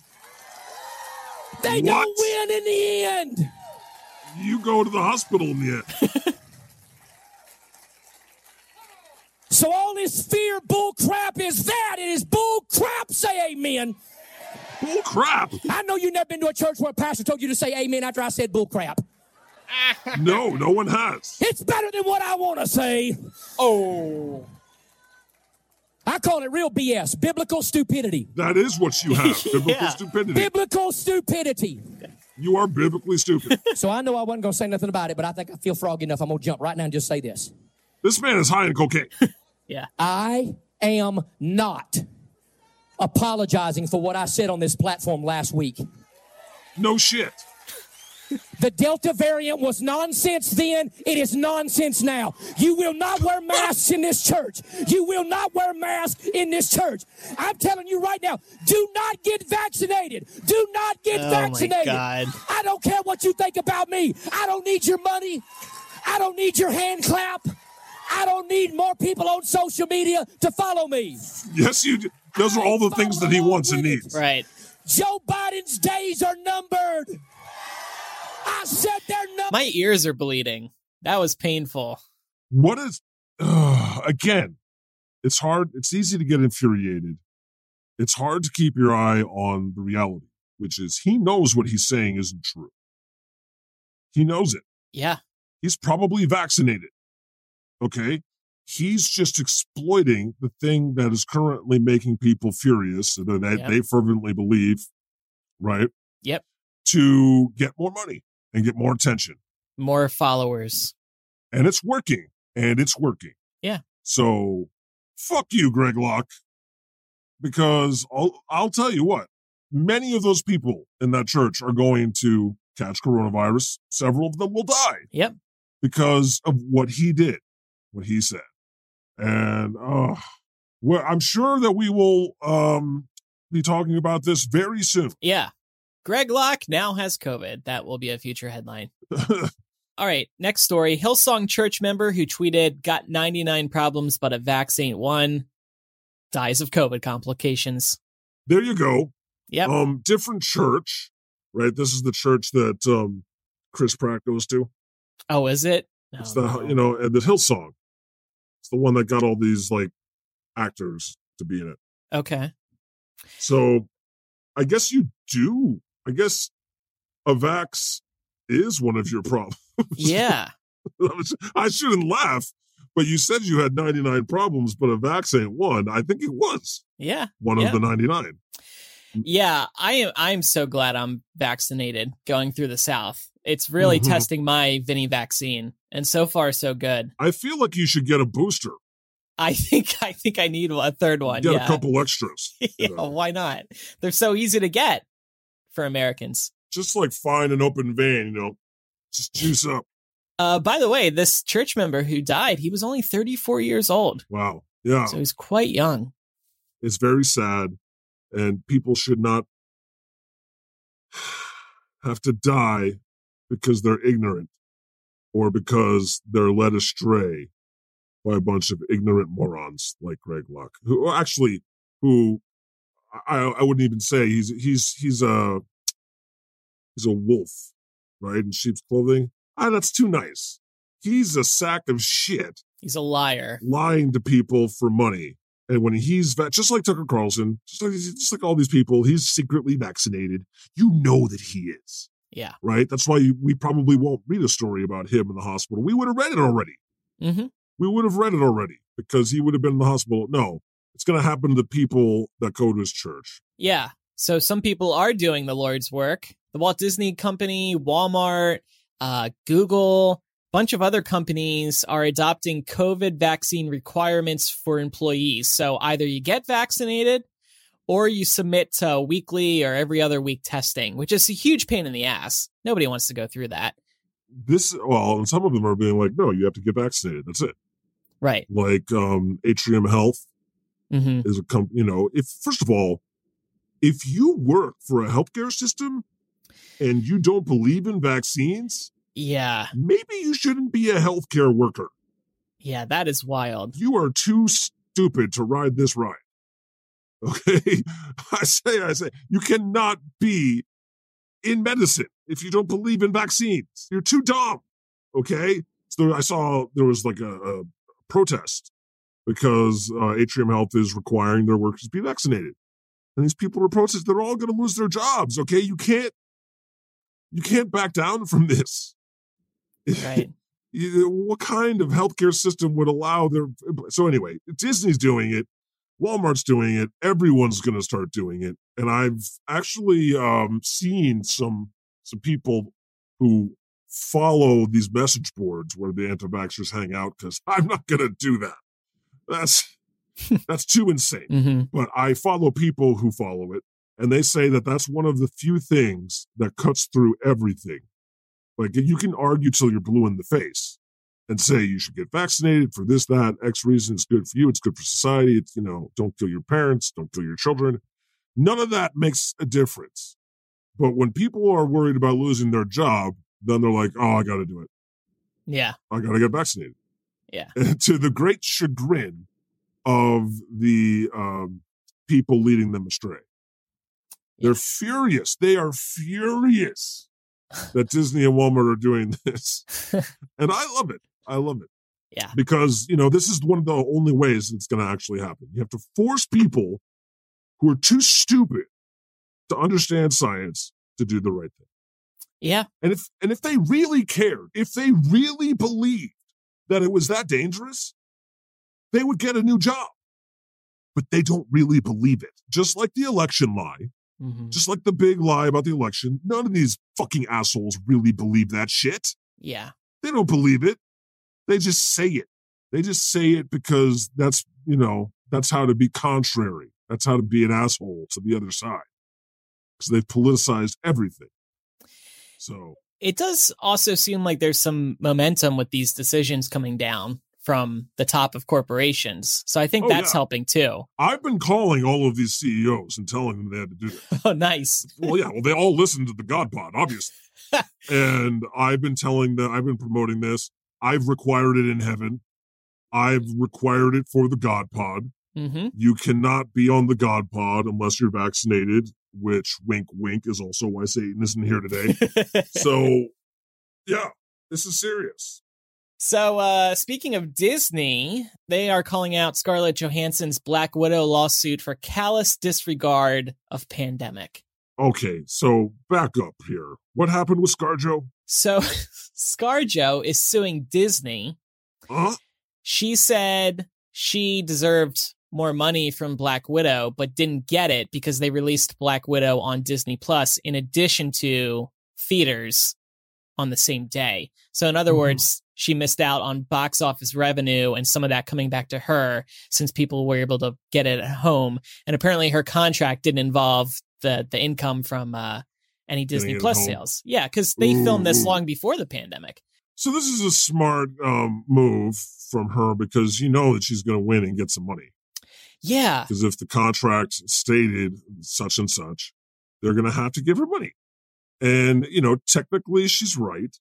They What? don't win in the end. you go to the hospital in the end So all this fear bull crap is that. It is bull crap. Say amen. Bull crap. I know you've never been to a church where a pastor told you to say amen after I said bull crap. No, no one has. It's better than what I want to say. Oh. I call it real BS, biblical stupidity. That is what you have. Biblical Yeah. stupidity. Biblical stupidity. You are biblically stupid. So I know I wasn't going to say nothing about it, but I think I feel froggy enough. I'm going to jump right now and just say this. This man is high in cocaine. Yeah. I am not apologizing for what I said on this platform last week. No shit. The Delta variant was nonsense then. It is nonsense now. You will not wear masks in this church. You will not wear masks in this church. I'm telling you right now, do not get vaccinated. Do not get Oh my vaccinated. God. I don't care what you think about me. I don't need your money. I don't need your hand clap. I don't need more people on social media to follow me. Yes, you. Do. Those are all the things that he wants and needs. Right. Joe Biden's days are numbered. I said they're numbered. My ears are bleeding. That was painful. What is? Ugh, again, it's hard. It's easy to get infuriated. It's hard to keep your eye on the reality, which is he knows what he's saying isn't true. He knows it. Yeah. He's probably vaccinated. Okay. He's just exploiting the thing that is currently making people furious that they, Yep. they fervently believe, right? Yep. To get more money and get more attention. More followers. And it's working. And it's working. Yeah. So fuck you, Greg Locke. Because I'll, I'll tell you what, many of those people in that church are going to catch coronavirus. Several of them will die Yep. because of what he did, what he said. And uh well, I'm sure that we will um be talking about this very soon. Yeah. Greg Locke now has COVID. That will be a future headline. All right, next story. Hillsong church member who tweeted, got 99 problems, but a vaccine one, dies of COVID complications. there you go. Yep. Um different church, right? This is the church that um Chris Pratt goes to. Oh, is it? No, It's the no. you know, and the Hillsong. It's the one that got all these like actors to be in it. Okay. So I guess you do. I guess a vax is one of your problems. Yeah. I shouldn't laugh, but you said you had 99 problems, but a vax ain't one. I think it was Yeah. one Yeah. of the 99. Yeah. I am I'm so glad I'm vaccinated going through the South. It's really Mhm. testing my Vinny vaccine. And so far so good. I feel like you should get a booster, I think I think I need a third one. get yeah. a couple extras, yeah, know. why not? They're so easy to get for Americans. just like find an open vein, you know, just juice up. Uh, by the way, this church member who died, he was only 34 years old, Wow. Yeah. so he's quite young. It's very sad, and people should not have to die because they're ignorant or because they're led astray by a bunch of ignorant morons like Greg Locke, who or actually, who I, I wouldn't even say he's he's he's a he's a wolf, right? In sheep's clothing. Ah, that's too nice. He's a sack of shit He's a liar. lying to people for money. And when he's va- just like Tucker Carlson, just like, just like all these people, he's secretly vaccinated. You know that he is. Yeah. Right? That's why you, we probably won't read a story about him in the hospital. We would have read it already. hmm We would have read it already because he would have been in the hospital. No, it's going to happen to the people that go to his church. Yeah. So some people are doing the Lord's work. The Walt Disney Company, Walmart, uh, Google, bunch of other companies are adopting COVID vaccine requirements for employees. So either you get vaccinated or you submit to weekly or every other week testing, which is a huge pain in the ass. Nobody wants to go through that. This, well, and some of them are being like, no, you have to get vaccinated. That's it. Right. Like um, Atrium Health, hmm is a com you know if first of all if you work for a healthcare system and you don't believe in vaccines Yeah. maybe you shouldn't be a healthcare worker Yeah, that is wild. you are too stupid to ride this ride okay i say i say you cannot be in medicine if you don't believe in vaccines you're too dumb okay so i saw there was like a, a protest because uh, atrium health is requiring their workers to be vaccinated and these people are protesting they're all going to lose their jobs okay you can't you can't back down from this Right. you- what kind of healthcare system would allow their so anyway disney's doing it walmart's doing it everyone's going to start doing it and i've actually um seen some some people who follow these message boards where the anti-vaxxers hang out because I'm not going to do that. That's that's too insane. Mm-hmm. But I follow people who follow it, and they say that that's one of the few things that cuts through everything. Like you can argue till you're blue in the face, and say you should get vaccinated for this, that, X reason. It's good for you. It's good for society. It's you know, don't kill your parents. Don't kill your children. None of that makes a difference. But when people are worried about losing their job, then they're like, oh, I got to do it. Yeah. I got to get vaccinated. Yeah. And to the great chagrin of the um, people leading them astray. They're furious. They are furious that Disney and Walmart are doing this. and I love it. I love it. Yeah. Because, you know, this is one of the only ways it's going to actually happen. You have to force people who are too stupid to understand science to do the right thing. Yeah. And if and if they really cared, if they really believed that it was that dangerous, they would get a new job. But they don't really believe it. Just like the election lie, Mhm. just like the big lie about the election, none of these fucking assholes really believe that shit. Yeah. They don't believe it. They just say it. They just say it because that's, you know, that's how to be contrary. That's how to be an asshole to the other side. Because they've politicized everything. So It does also seem like there's some momentum with these decisions coming down from the top of corporations. So I think Oh, that's yeah. helping too. I've been calling all of these CEOs and telling them they had to do that. Oh, nice. Well, yeah, well, they all listened to the God Pod, obviously. and I've been telling them, I've been promoting this. I've required it in heaven. I've required it for the God Pod. Mm-hmm. You cannot be on the God Pod unless you're vaccinated, which, wink, wink, is also why Satan isn't here today. so, yeah, this is serious. So, uh, speaking of Disney, they are calling out Scarlett Johansson's Black Widow lawsuit for callous disregard of pandemic. Okay, so back up here. What happened with ScarJo? So, ScarJo is suing Disney. Huh? She said she deserved more money from Black Widow, but didn't get it because they released Black Widow on Disney Plus in addition to theaters on the same day. So, in other Mhm. words, she missed out on box office revenue and some of that coming back to her since people were able to get it at home. And apparently, her contract didn't involve the the income from uh, any Disney it at Plus home. sales. Yeah, because they filmed this Ooh. long before the pandemic. So this is a smart um, move from her because you know that she's going to win and get some money. Yeah, Because if the contract stated such and such, they're going to have to give her money. And you know, technically, she's right.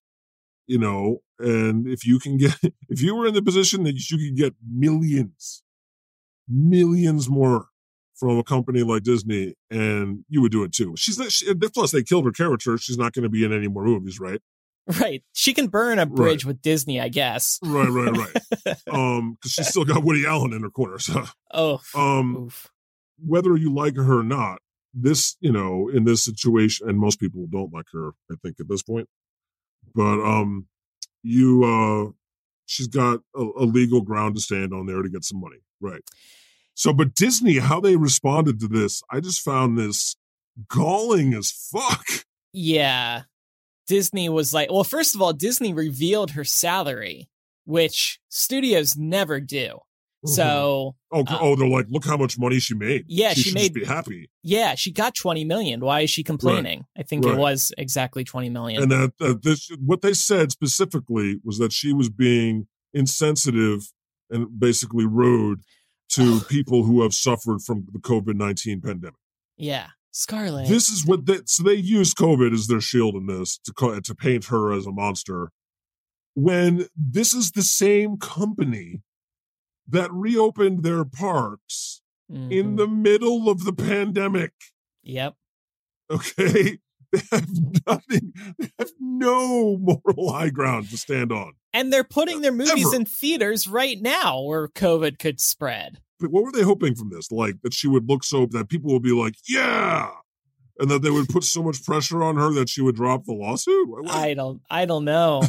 You know, and if you can get, if you were in the position that you could get millions, millions more from a company like Disney, and you would do it too. She's not. She, plus, they killed her character. She's not going to be in any more movies, right? right. She can burn a bridge with Disney, I guess. Right, right, right. um, because she's still got Woody Allen in her corner. So, Oh, um, oof. whether you like her or not, this, you know, in this situation, and most people don't like her, I think, at this point. But um, you, uh, she's got a, a legal ground to stand on there to get some money, right? So, but Disney, how they responded to this, I just found this galling as fuck. yeah. Disney was like, well, first of all, Disney revealed her salary, which studios never do. So oh, uh, oh, they're like, look how much money she made. Yeah, she should made- just be happy. yeah, she got 20 million. Why is she complaining? I think it Right. was exactly 20 million. and that, that this what they said specifically was that she was being insensitive and basically rude to people who have suffered from the COVID nineteen pandemic. yeah. Scarlett. This is what they so they use COVID as their shield in this to co- to paint her as a monster, when this is the same company that reopened their parks in Mhm. the middle of the pandemic. Yep. Okay. They have nothing. They have no moral high ground to stand on. And they're putting their movies Ever. in theaters right now where COVID could spread. But what were they hoping from this? Like that she would look so that people would be like, yeah, and that they would put so much pressure on her that she would drop the lawsuit. What- I don't I don't know.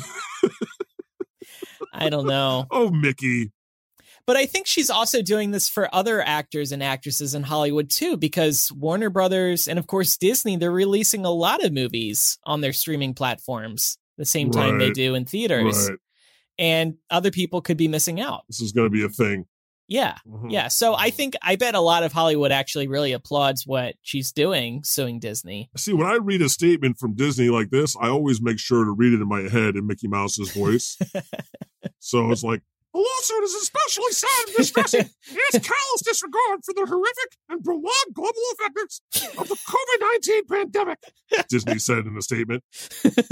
I don't know. oh, Mickey. But I think she's also doing this for other actors and actresses in Hollywood too, because Warner Brothers and of course Disney, they're releasing a lot of movies on their streaming platforms. the same time they Right. do in theaters, Right. and other people could be missing out. This is going to be a thing. Yeah. Mhm. Yeah. So I think I bet a lot of Hollywood actually really applauds what she's doing suing Disney. See, when I read a statement from Disney like this, I always make sure to read it in my head in Mickey Mouse's voice. so it's like, the lawsuit is especially sad and distressing in its callous disregard for the horrific and prolonged global effects of the COVID 19 pandemic, Disney said in a statement.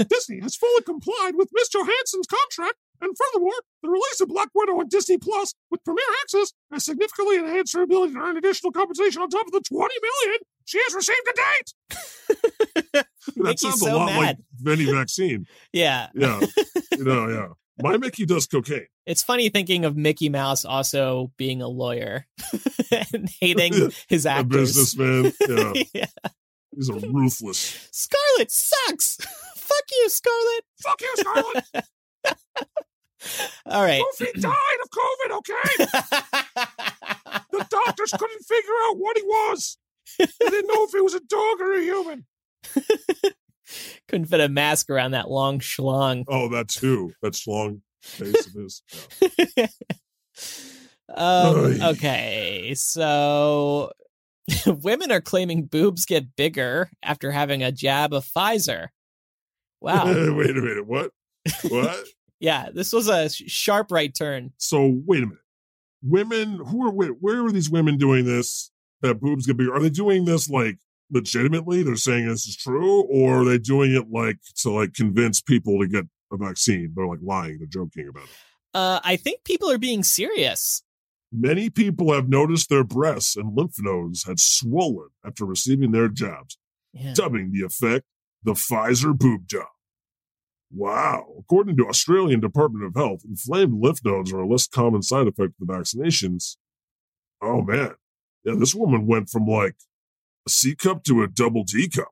Disney has fully complied with Ms. Johansson's contract, and furthermore, the release of Black Widow on Disney Plus with premier access has significantly enhanced her ability to earn additional compensation on top of the 20 million she has received to date. Mickey's so like mad. Vinny Vaccine. yeah. Yeah. you know, yeah. My Mickey does cocaine. It's funny thinking of Mickey Mouse also being a lawyer and hating his A actors. businessman. Yeah. yeah. He's a ruthless. Scarlet sucks. Fuck you, Scarlet. Fuck you, Scarlett. All right. Goofy died of COVID, okay? The doctors couldn't figure out what he was. They didn't know if he was a dog or a human. Couldn't fit a mask around that long schlong. Oh, that too. That long face of his. Um, Oy. okay, so women are claiming boobs get bigger after having a jab of Pfizer. Wow. wait a minute. What? What? yeah, this was a sh- sharp right turn. so wait a minute. Women who are wi- where are these women doing this? That boobs get bigger. Are they doing this like legitimately? They're saying this is true, or are they doing it like to like convince people to get a vaccine? They're like lying. They're joking about it. Uh, I think people are being serious. Many people have noticed their breasts and lymph nodes had swollen after receiving their jabs, Yeah. dubbing the effect the Pfizer boob job. Wow. According to Australian Department of Health, inflamed lymph nodes are a less common side effect of the vaccinations. Oh man. Yeah, this woman went from like a C cup to a double D cup.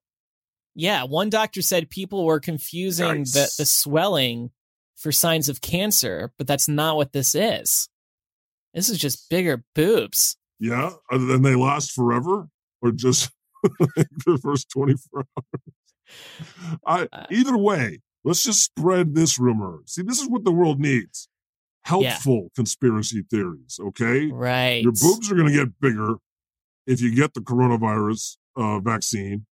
Yeah, one doctor said people were confusing Nice. the, the swelling for signs of cancer, but that's not what this is. This is just bigger boobs. Yeah. And then they last forever or just the first 24 hours. I, Uh, either way, let's just spread this rumor. See, this is what the world needs helpful conspiracy theories. Okay. Right. Your boobs are going to get bigger if you get the coronavirus uh, vaccine.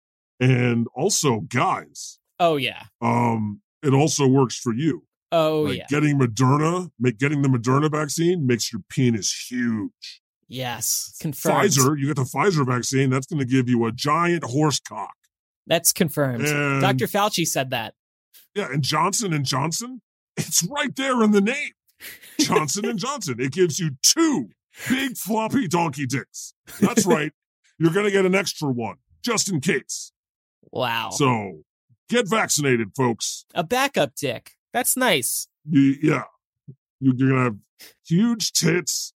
And also, guys, Oh, yeah. um, it also works for you. Oh, like yeah. getting Moderna, make, getting the Moderna vaccine makes your penis huge. Yes. Confirmed. Pfizer, you get the Pfizer vaccine, that's going to give you a giant horse cock. That's confirmed. And- Dr. Fauci said that. Yeah, and Johnson and Johnson, it's right there in the name. Johnson and Johnson. It gives you two big floppy donkey dicks. That's right. You're going to get an extra one just in case. Wow. So, get vaccinated, folks. a backup dick. That's nice. You, yeah. You, you're going to have huge tits,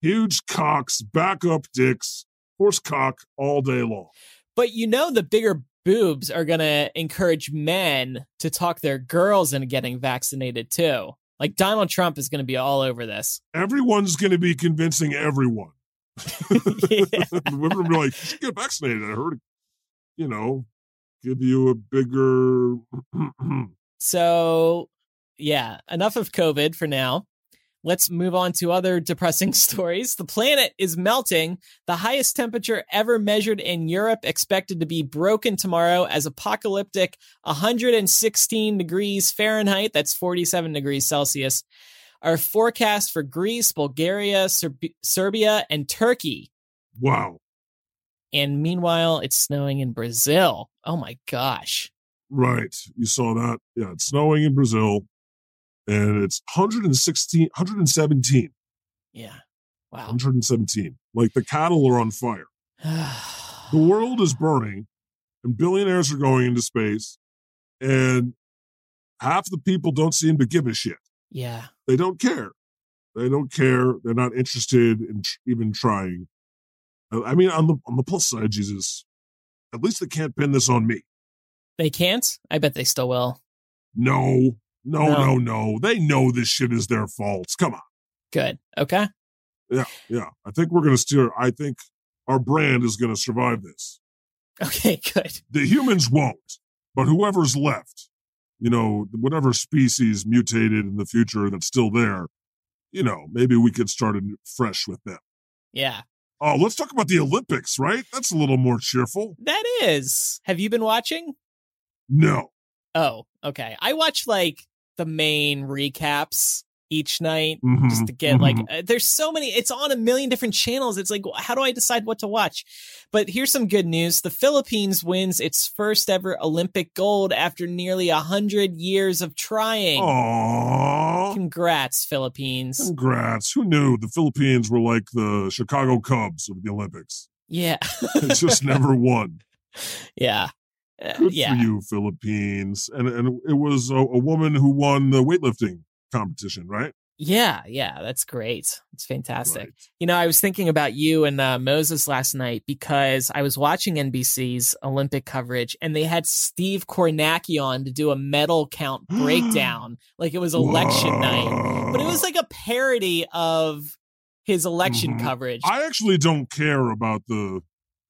huge cocks, backup dicks, horse cock all day long. But you know the bigger boobs are going to encourage men to talk their girls into getting vaccinated too. Like Donald Trump is going to be all over this. Everyone's going to be convincing everyone. Yeah. the women would be like, you should get vaccinated. I heard, it, you know, give you a bigger. So, yeah, enough of COVID for now. Let's move on to other depressing stories. The planet is melting. The highest temperature ever measured in Europe expected to be broken tomorrow as apocalyptic 116 degrees Fahrenheit, that's 47 degrees Celsius, are forecast for Greece, Bulgaria, Serb- Serbia, and Turkey. wow. And meanwhile, it's snowing in Brazil. Oh my gosh. Right. You saw that. Yeah. It's snowing in Brazil and it's 116, 117, Yeah. Wow. 117. Like the cattle are on fire. The world is burning and billionaires are going into space and half the people don't seem to give a shit. yeah. they don't care. They don't care. They're not interested in tr- even trying. Uh, I mean, on the on the plus side, Jesus, at least they can't pin this on me. They can't? I bet they still will. No, no, no, No. no. They know this shit is their fault. Come on. Good. Okay. Yeah, I think we're gonna steer. I think our brand is gonna survive this. Okay, good. The humans won't, but whoever's left you know, whatever species mutated in the future that's still there, you know, maybe we could start a new- fresh with them. Yeah, Oh, let's talk about the Olympics, right? That's a little more cheerful. that is. Have you been watching? No. Oh, okay. I watch like the main recaps each night Mhm. just to get like Mhm. uh, there's so many it's on a million different channels it's like how do i decide what to watch but here's some good news the philippines wins its first ever olympic gold after nearly a hundred years of trying Aw. congrats philippines Congrats. Who knew the Philippines were like the Chicago Cubs of the Olympics? yeah They just never won. yeah Uh, Good for yeah you, Philippines. And and it was a, a woman who won the weightlifting competition, right? yeah yeah that's great it's fantastic Right. You know, I was thinking about you and uh, Moses last night because I was watching NBC's Olympic coverage and they had Steve Kornacki on to do a medal count breakdown. like it was election night, but it was like a parody of his election Mhm. coverage. I actually don't care about the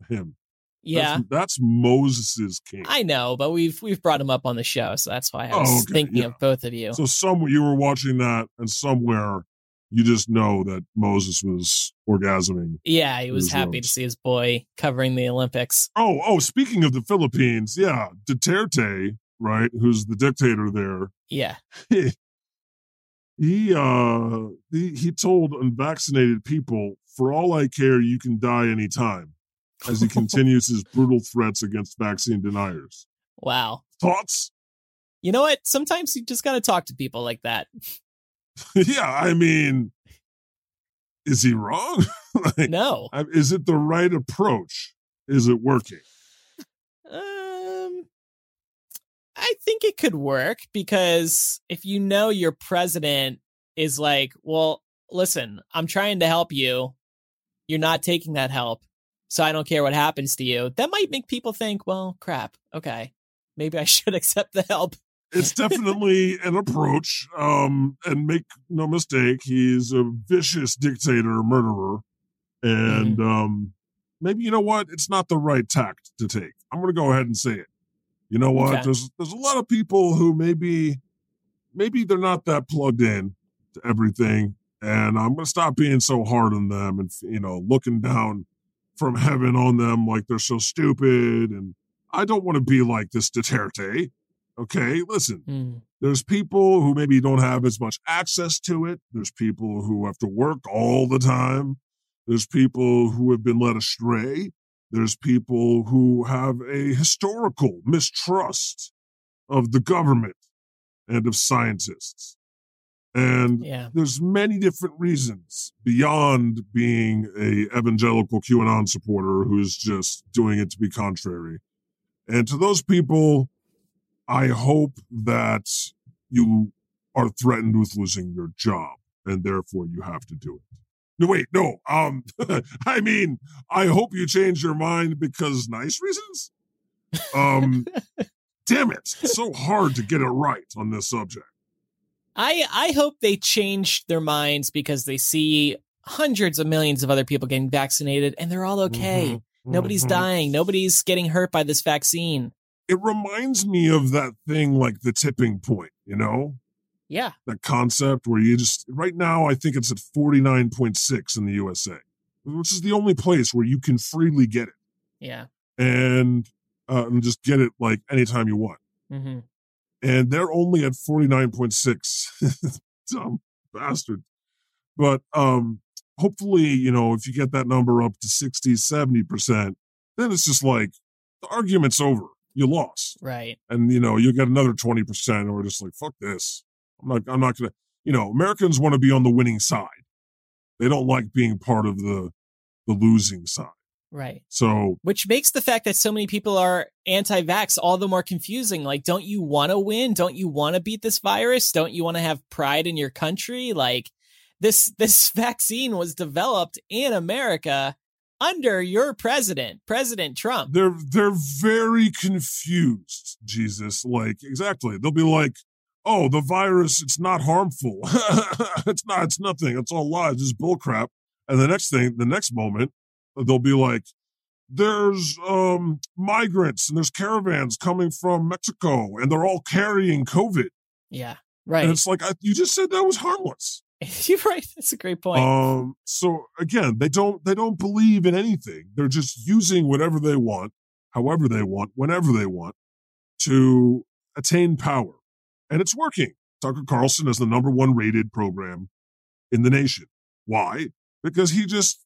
him. yeah. that's, that's Moses's king. I know, but we've we've brought him up on the show, so that's why I Oh, was okay, thinking yeah. of both of you. So somewhere you were watching that, and somewhere you just know that Moses was orgasming. yeah, he was Those happy to ones. see his boy covering the Olympics. Oh, oh. Speaking of the Philippines, yeah, Duterte, right? Who's the dictator there? Yeah. he uh he, he told unvaccinated people for all i care you can die anytime as he continues his brutal threats against vaccine deniers Wow. thoughts You know what? Sometimes you just got to talk to people like that. yeah i mean is he wrong like, No. I- is it the right approach is it working Um, I think it could work because if you know your president is like, well, listen, I'm trying to help you. You're not taking that help. So I don't care what happens to you. That might make people think, well, crap. Okay. Maybe I should accept the help. it's definitely an approach um and make no mistake he's a vicious dictator murderer and um maybe you know what it's not the right tact to take i'm gonna go ahead and say it you know what Okay. there's there's a lot of people who maybe maybe they're not that plugged in to everything and i'm gonna stop being so hard on them and you know looking down from heaven on them like they're so stupid and i don't want to be like this duterte okay listen Mm. there's people who maybe don't have as much access to it. There's people who have to work all the time. There's people who have been led astray. There's people who have a historical mistrust of the government and of scientists. And Yeah. there's many different reasons beyond being a evangelical QAnon supporter who's just doing it to be contrary. And to those people, I hope that you are threatened with losing your job and therefore you have to do it. No, wait, no. Um, I mean, I hope you change your mind because nice reasons. Um, damn it. It's so hard to get it right on this subject. I I hope they change their minds because they see hundreds of millions of other people getting vaccinated and they're all okay. Mhm. Nobody's Mhm. dying. Nobody's getting hurt by this vaccine. it reminds me of that thing like the tipping point, you know? Yeah. That concept where you just right now I think it's at 49.6 in the USA, which is the only place where you can freely get it Yeah. and uh, and just get it like anytime you want. hmm And they're only at 49.6. Dumb bastard. But um hopefully, you know, if you get that number up to 60, 70%, then it's just like the argument's over. You lost Right. and you know you get another 20% or just like fuck this i'm not i'm not gonna you know americans want to be on the winning side they don't like being part of the the losing side Right. so Which makes the fact that so many people are anti-vax all the more confusing. Like, don't you want to win? Don't you want to beat this virus? Don't you want to have pride in your country? Like, this this vaccine was developed in America under your president, President Trump. they're they're very confused jesus like exactly they'll be like oh the virus it's not harmful it's not it's nothing it's all lies it's bullcrap and the next thing the next moment they'll be like there's um, migrants and there's caravans coming from Mexico and they're all carrying COVID. Yeah. Right. And it's like, I, you just said that was harmless. You're right. That's a great point. Um, so again, they don't they don't believe in anything. They're just using whatever they want, however they want, whenever they want, to attain power, and it's working. Tucker Carlson is the number one rated program in the nation. Why? Because he just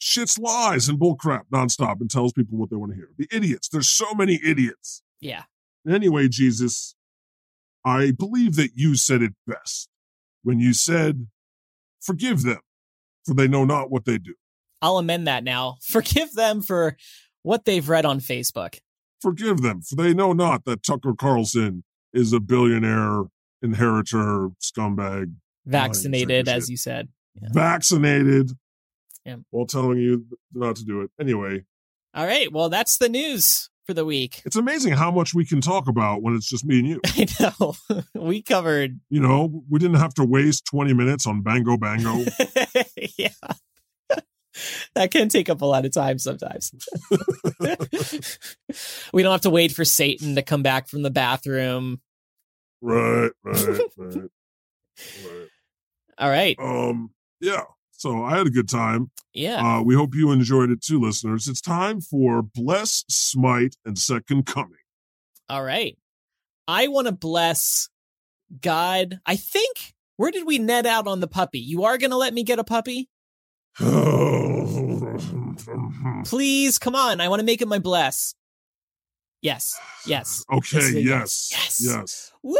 shits lies and bullcrap nonstop and tells people what they want to hear. The idiots. There's so many idiots. yeah. Anyway, Jesus, I believe that you said it best when you said, Forgive them, for they know not what they do. I'll amend that now. Forgive them for what they've read on Facebook. Forgive them, for they know not that Tucker Carlson is a billionaire, inheritor, scumbag, Vaccinated, exactly. as you said. Yeah. vaccinated, Yeah. while telling you not to do it. Anyway, All right. Well, that's the news for the week. it's amazing how much we can talk about when it's just me and you. I know. we covered. You know, we didn't have to waste 20 minutes on Bango Bango. yeah. that can take up a lot of time sometimes. we don't have to wait for Satan to come back from the bathroom. right, right, right, right. All right. Um, yeah. So I had a good time. Yeah. Uh, we hope you enjoyed it too, listeners. It's time for Bless, Smite, and Second Coming. All right. I want to bless God. I think where did we net out on the puppy? You are going to let me get a puppy? Please, come on. I want to make it my bless. Yes. Yes. Okay, Yes, yes. yes. Yes. Woo!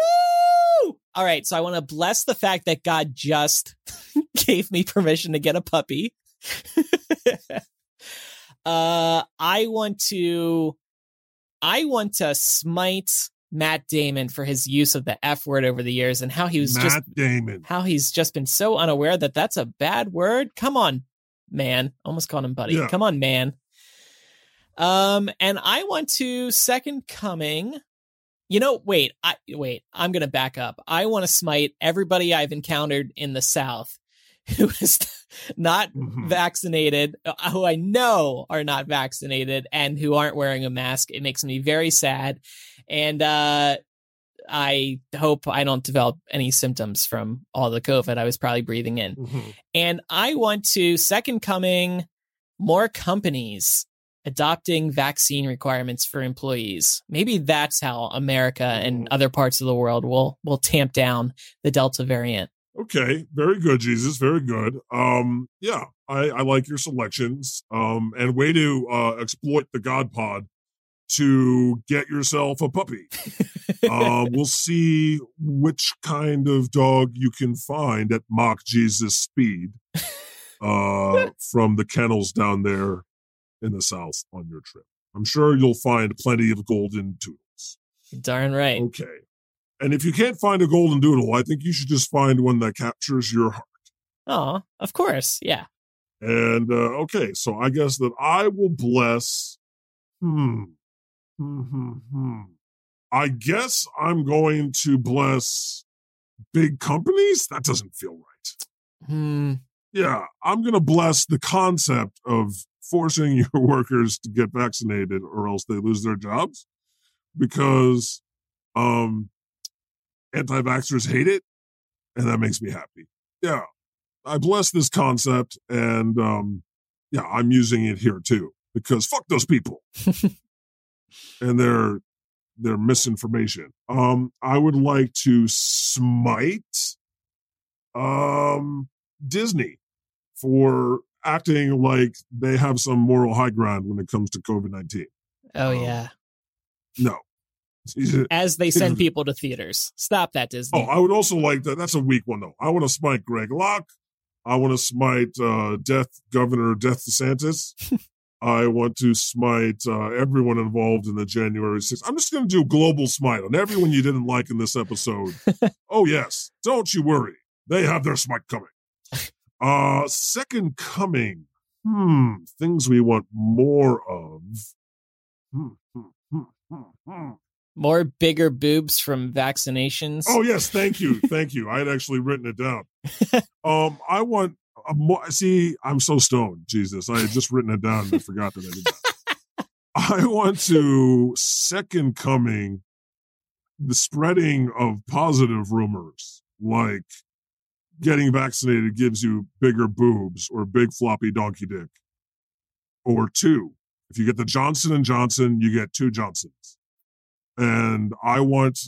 All right. So I want to bless the fact that God just gave me permission to get a puppy. uh I want to I want to smite Matt Damon for his use of the F word over the years and how he was Matt just Damon. how he's just been so unaware that that's a bad word. Come on, man. Almost called him buddy. Yeah. Come on, man. Um, and I want to second coming. You know, wait, I wait. I'm gonna back up. I want to smite everybody I've encountered in the South who is not Mhm. vaccinated, uh, who I know are not vaccinated and who aren't wearing a mask. It makes me very sad. And uh, I hope I don't develop any symptoms from all the COVID I was probably breathing in. Mhm. And I want to second coming more companies adopting vaccine requirements for employees. Maybe that's how America and Mhm. other parts of the world will will tamp down the Delta variant. Okay, very good, Jesus. Very good. Um, yeah, I, I like your selections. Um, and way to uh, exploit the God Pod to get yourself a puppy. uh, we'll see which kind of dog you can find at Mock Jesus Speed uh, from the kennels down there in the south on your trip. I'm sure you'll find plenty of golden doodles. Darn right. Okay. And if you can't find a golden doodle, I think you should just find one that captures your heart. Oh, of course. Yeah. And uh, okay, so I guess that I will bless. Hmm. Hmm, hmm, hmm. I guess I'm going to bless big companies. That doesn't feel right. Hmm. Yeah, I'm going to bless the concept of forcing your workers to get vaccinated or else they lose their jobs because um anti vaxxers hate it. And that makes me happy. Yeah, I bless this concept. And um, yeah, I'm using it here too because fuck those people and their their misinformation. Um, I would like to smite um Disney for acting like they have some moral high ground when it comes to COVID nineteen. Oh Oh. yeah. No. As they send people to theaters. Stop that, Oh, Disney. I would also like that. That's a weak one though. I want to smite Greg Locke. I want to smite uh, Death Governor Death DeSantis. I want to smite uh, everyone involved in the January 6th. I'm just going to do a global smite on everyone you didn't like in this episode. oh yes, don't you worry. They have their smite coming. Uh, second coming. Hmm, things we want more of. Hmm, hmm, hmm, hmm, hmm. More bigger boobs from vaccinations. Oh yes, thank you, thank you. I had actually written it down. Um, I want I'm mo- see, I'm so stoned. Jesus, I had just written it down and I forgot that I did that. I want to second coming the spreading of positive rumors, like getting vaccinated gives you bigger boobs or big floppy donkey dick, or two. If you get the Johnson and Johnson, you get two Johnsons. And I want,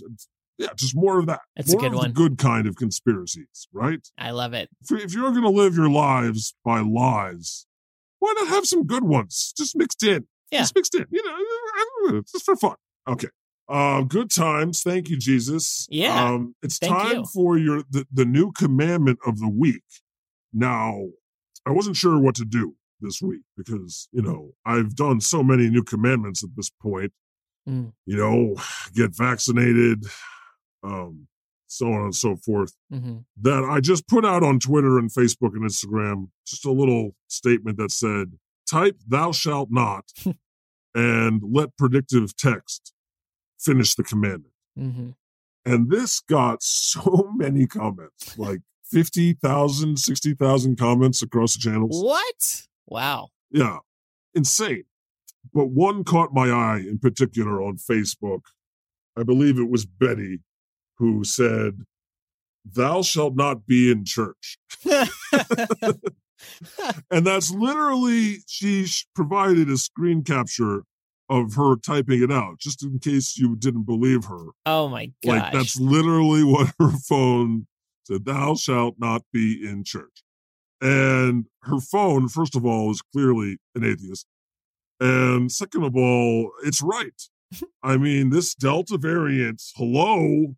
yeah, just more of that. That's a More good of the one. Good kind of conspiracies, right? I love it. if, if you're going to live your lives by lies, why not have some good ones just mixed in? Yeah. Just mixed in, you know, I don't know, just for fun. Okay. Uh, good times. Thank you, Jesus. Yeah. Um, it's Thank time you. for your the, the new commandment of the week. Now, I wasn't sure what to do this week because, you know, I've done so many new commandments at this point. Mm. You know, get vaccinated, um, so on and so forth hmm that I just put out on Twitter and Facebook and Instagram just a little statement that said, type thou shalt not and let predictive text finish the commandment. hmm And this got so many comments, like 50,000, 60,000 comments across the channels. What? Wow. Yeah, insane. But one caught my eye in particular on Facebook. I believe it was Betty who said, Thou shalt not be in church. And that's literally, she sh- provided a screen capture of her typing it out, just in case you didn't believe her. oh my Like, gosh. that's literally what her phone said, Thou shalt not be in church. And her phone, first of all, is clearly an atheist. And second of all, it's right. I mean, this Delta variant, hello,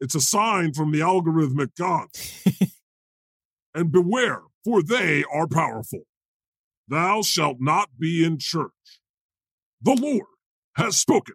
it's a sign from the algorithmic gods. and beware, for they are powerful. Thou shalt not be in church. The Lord has spoken.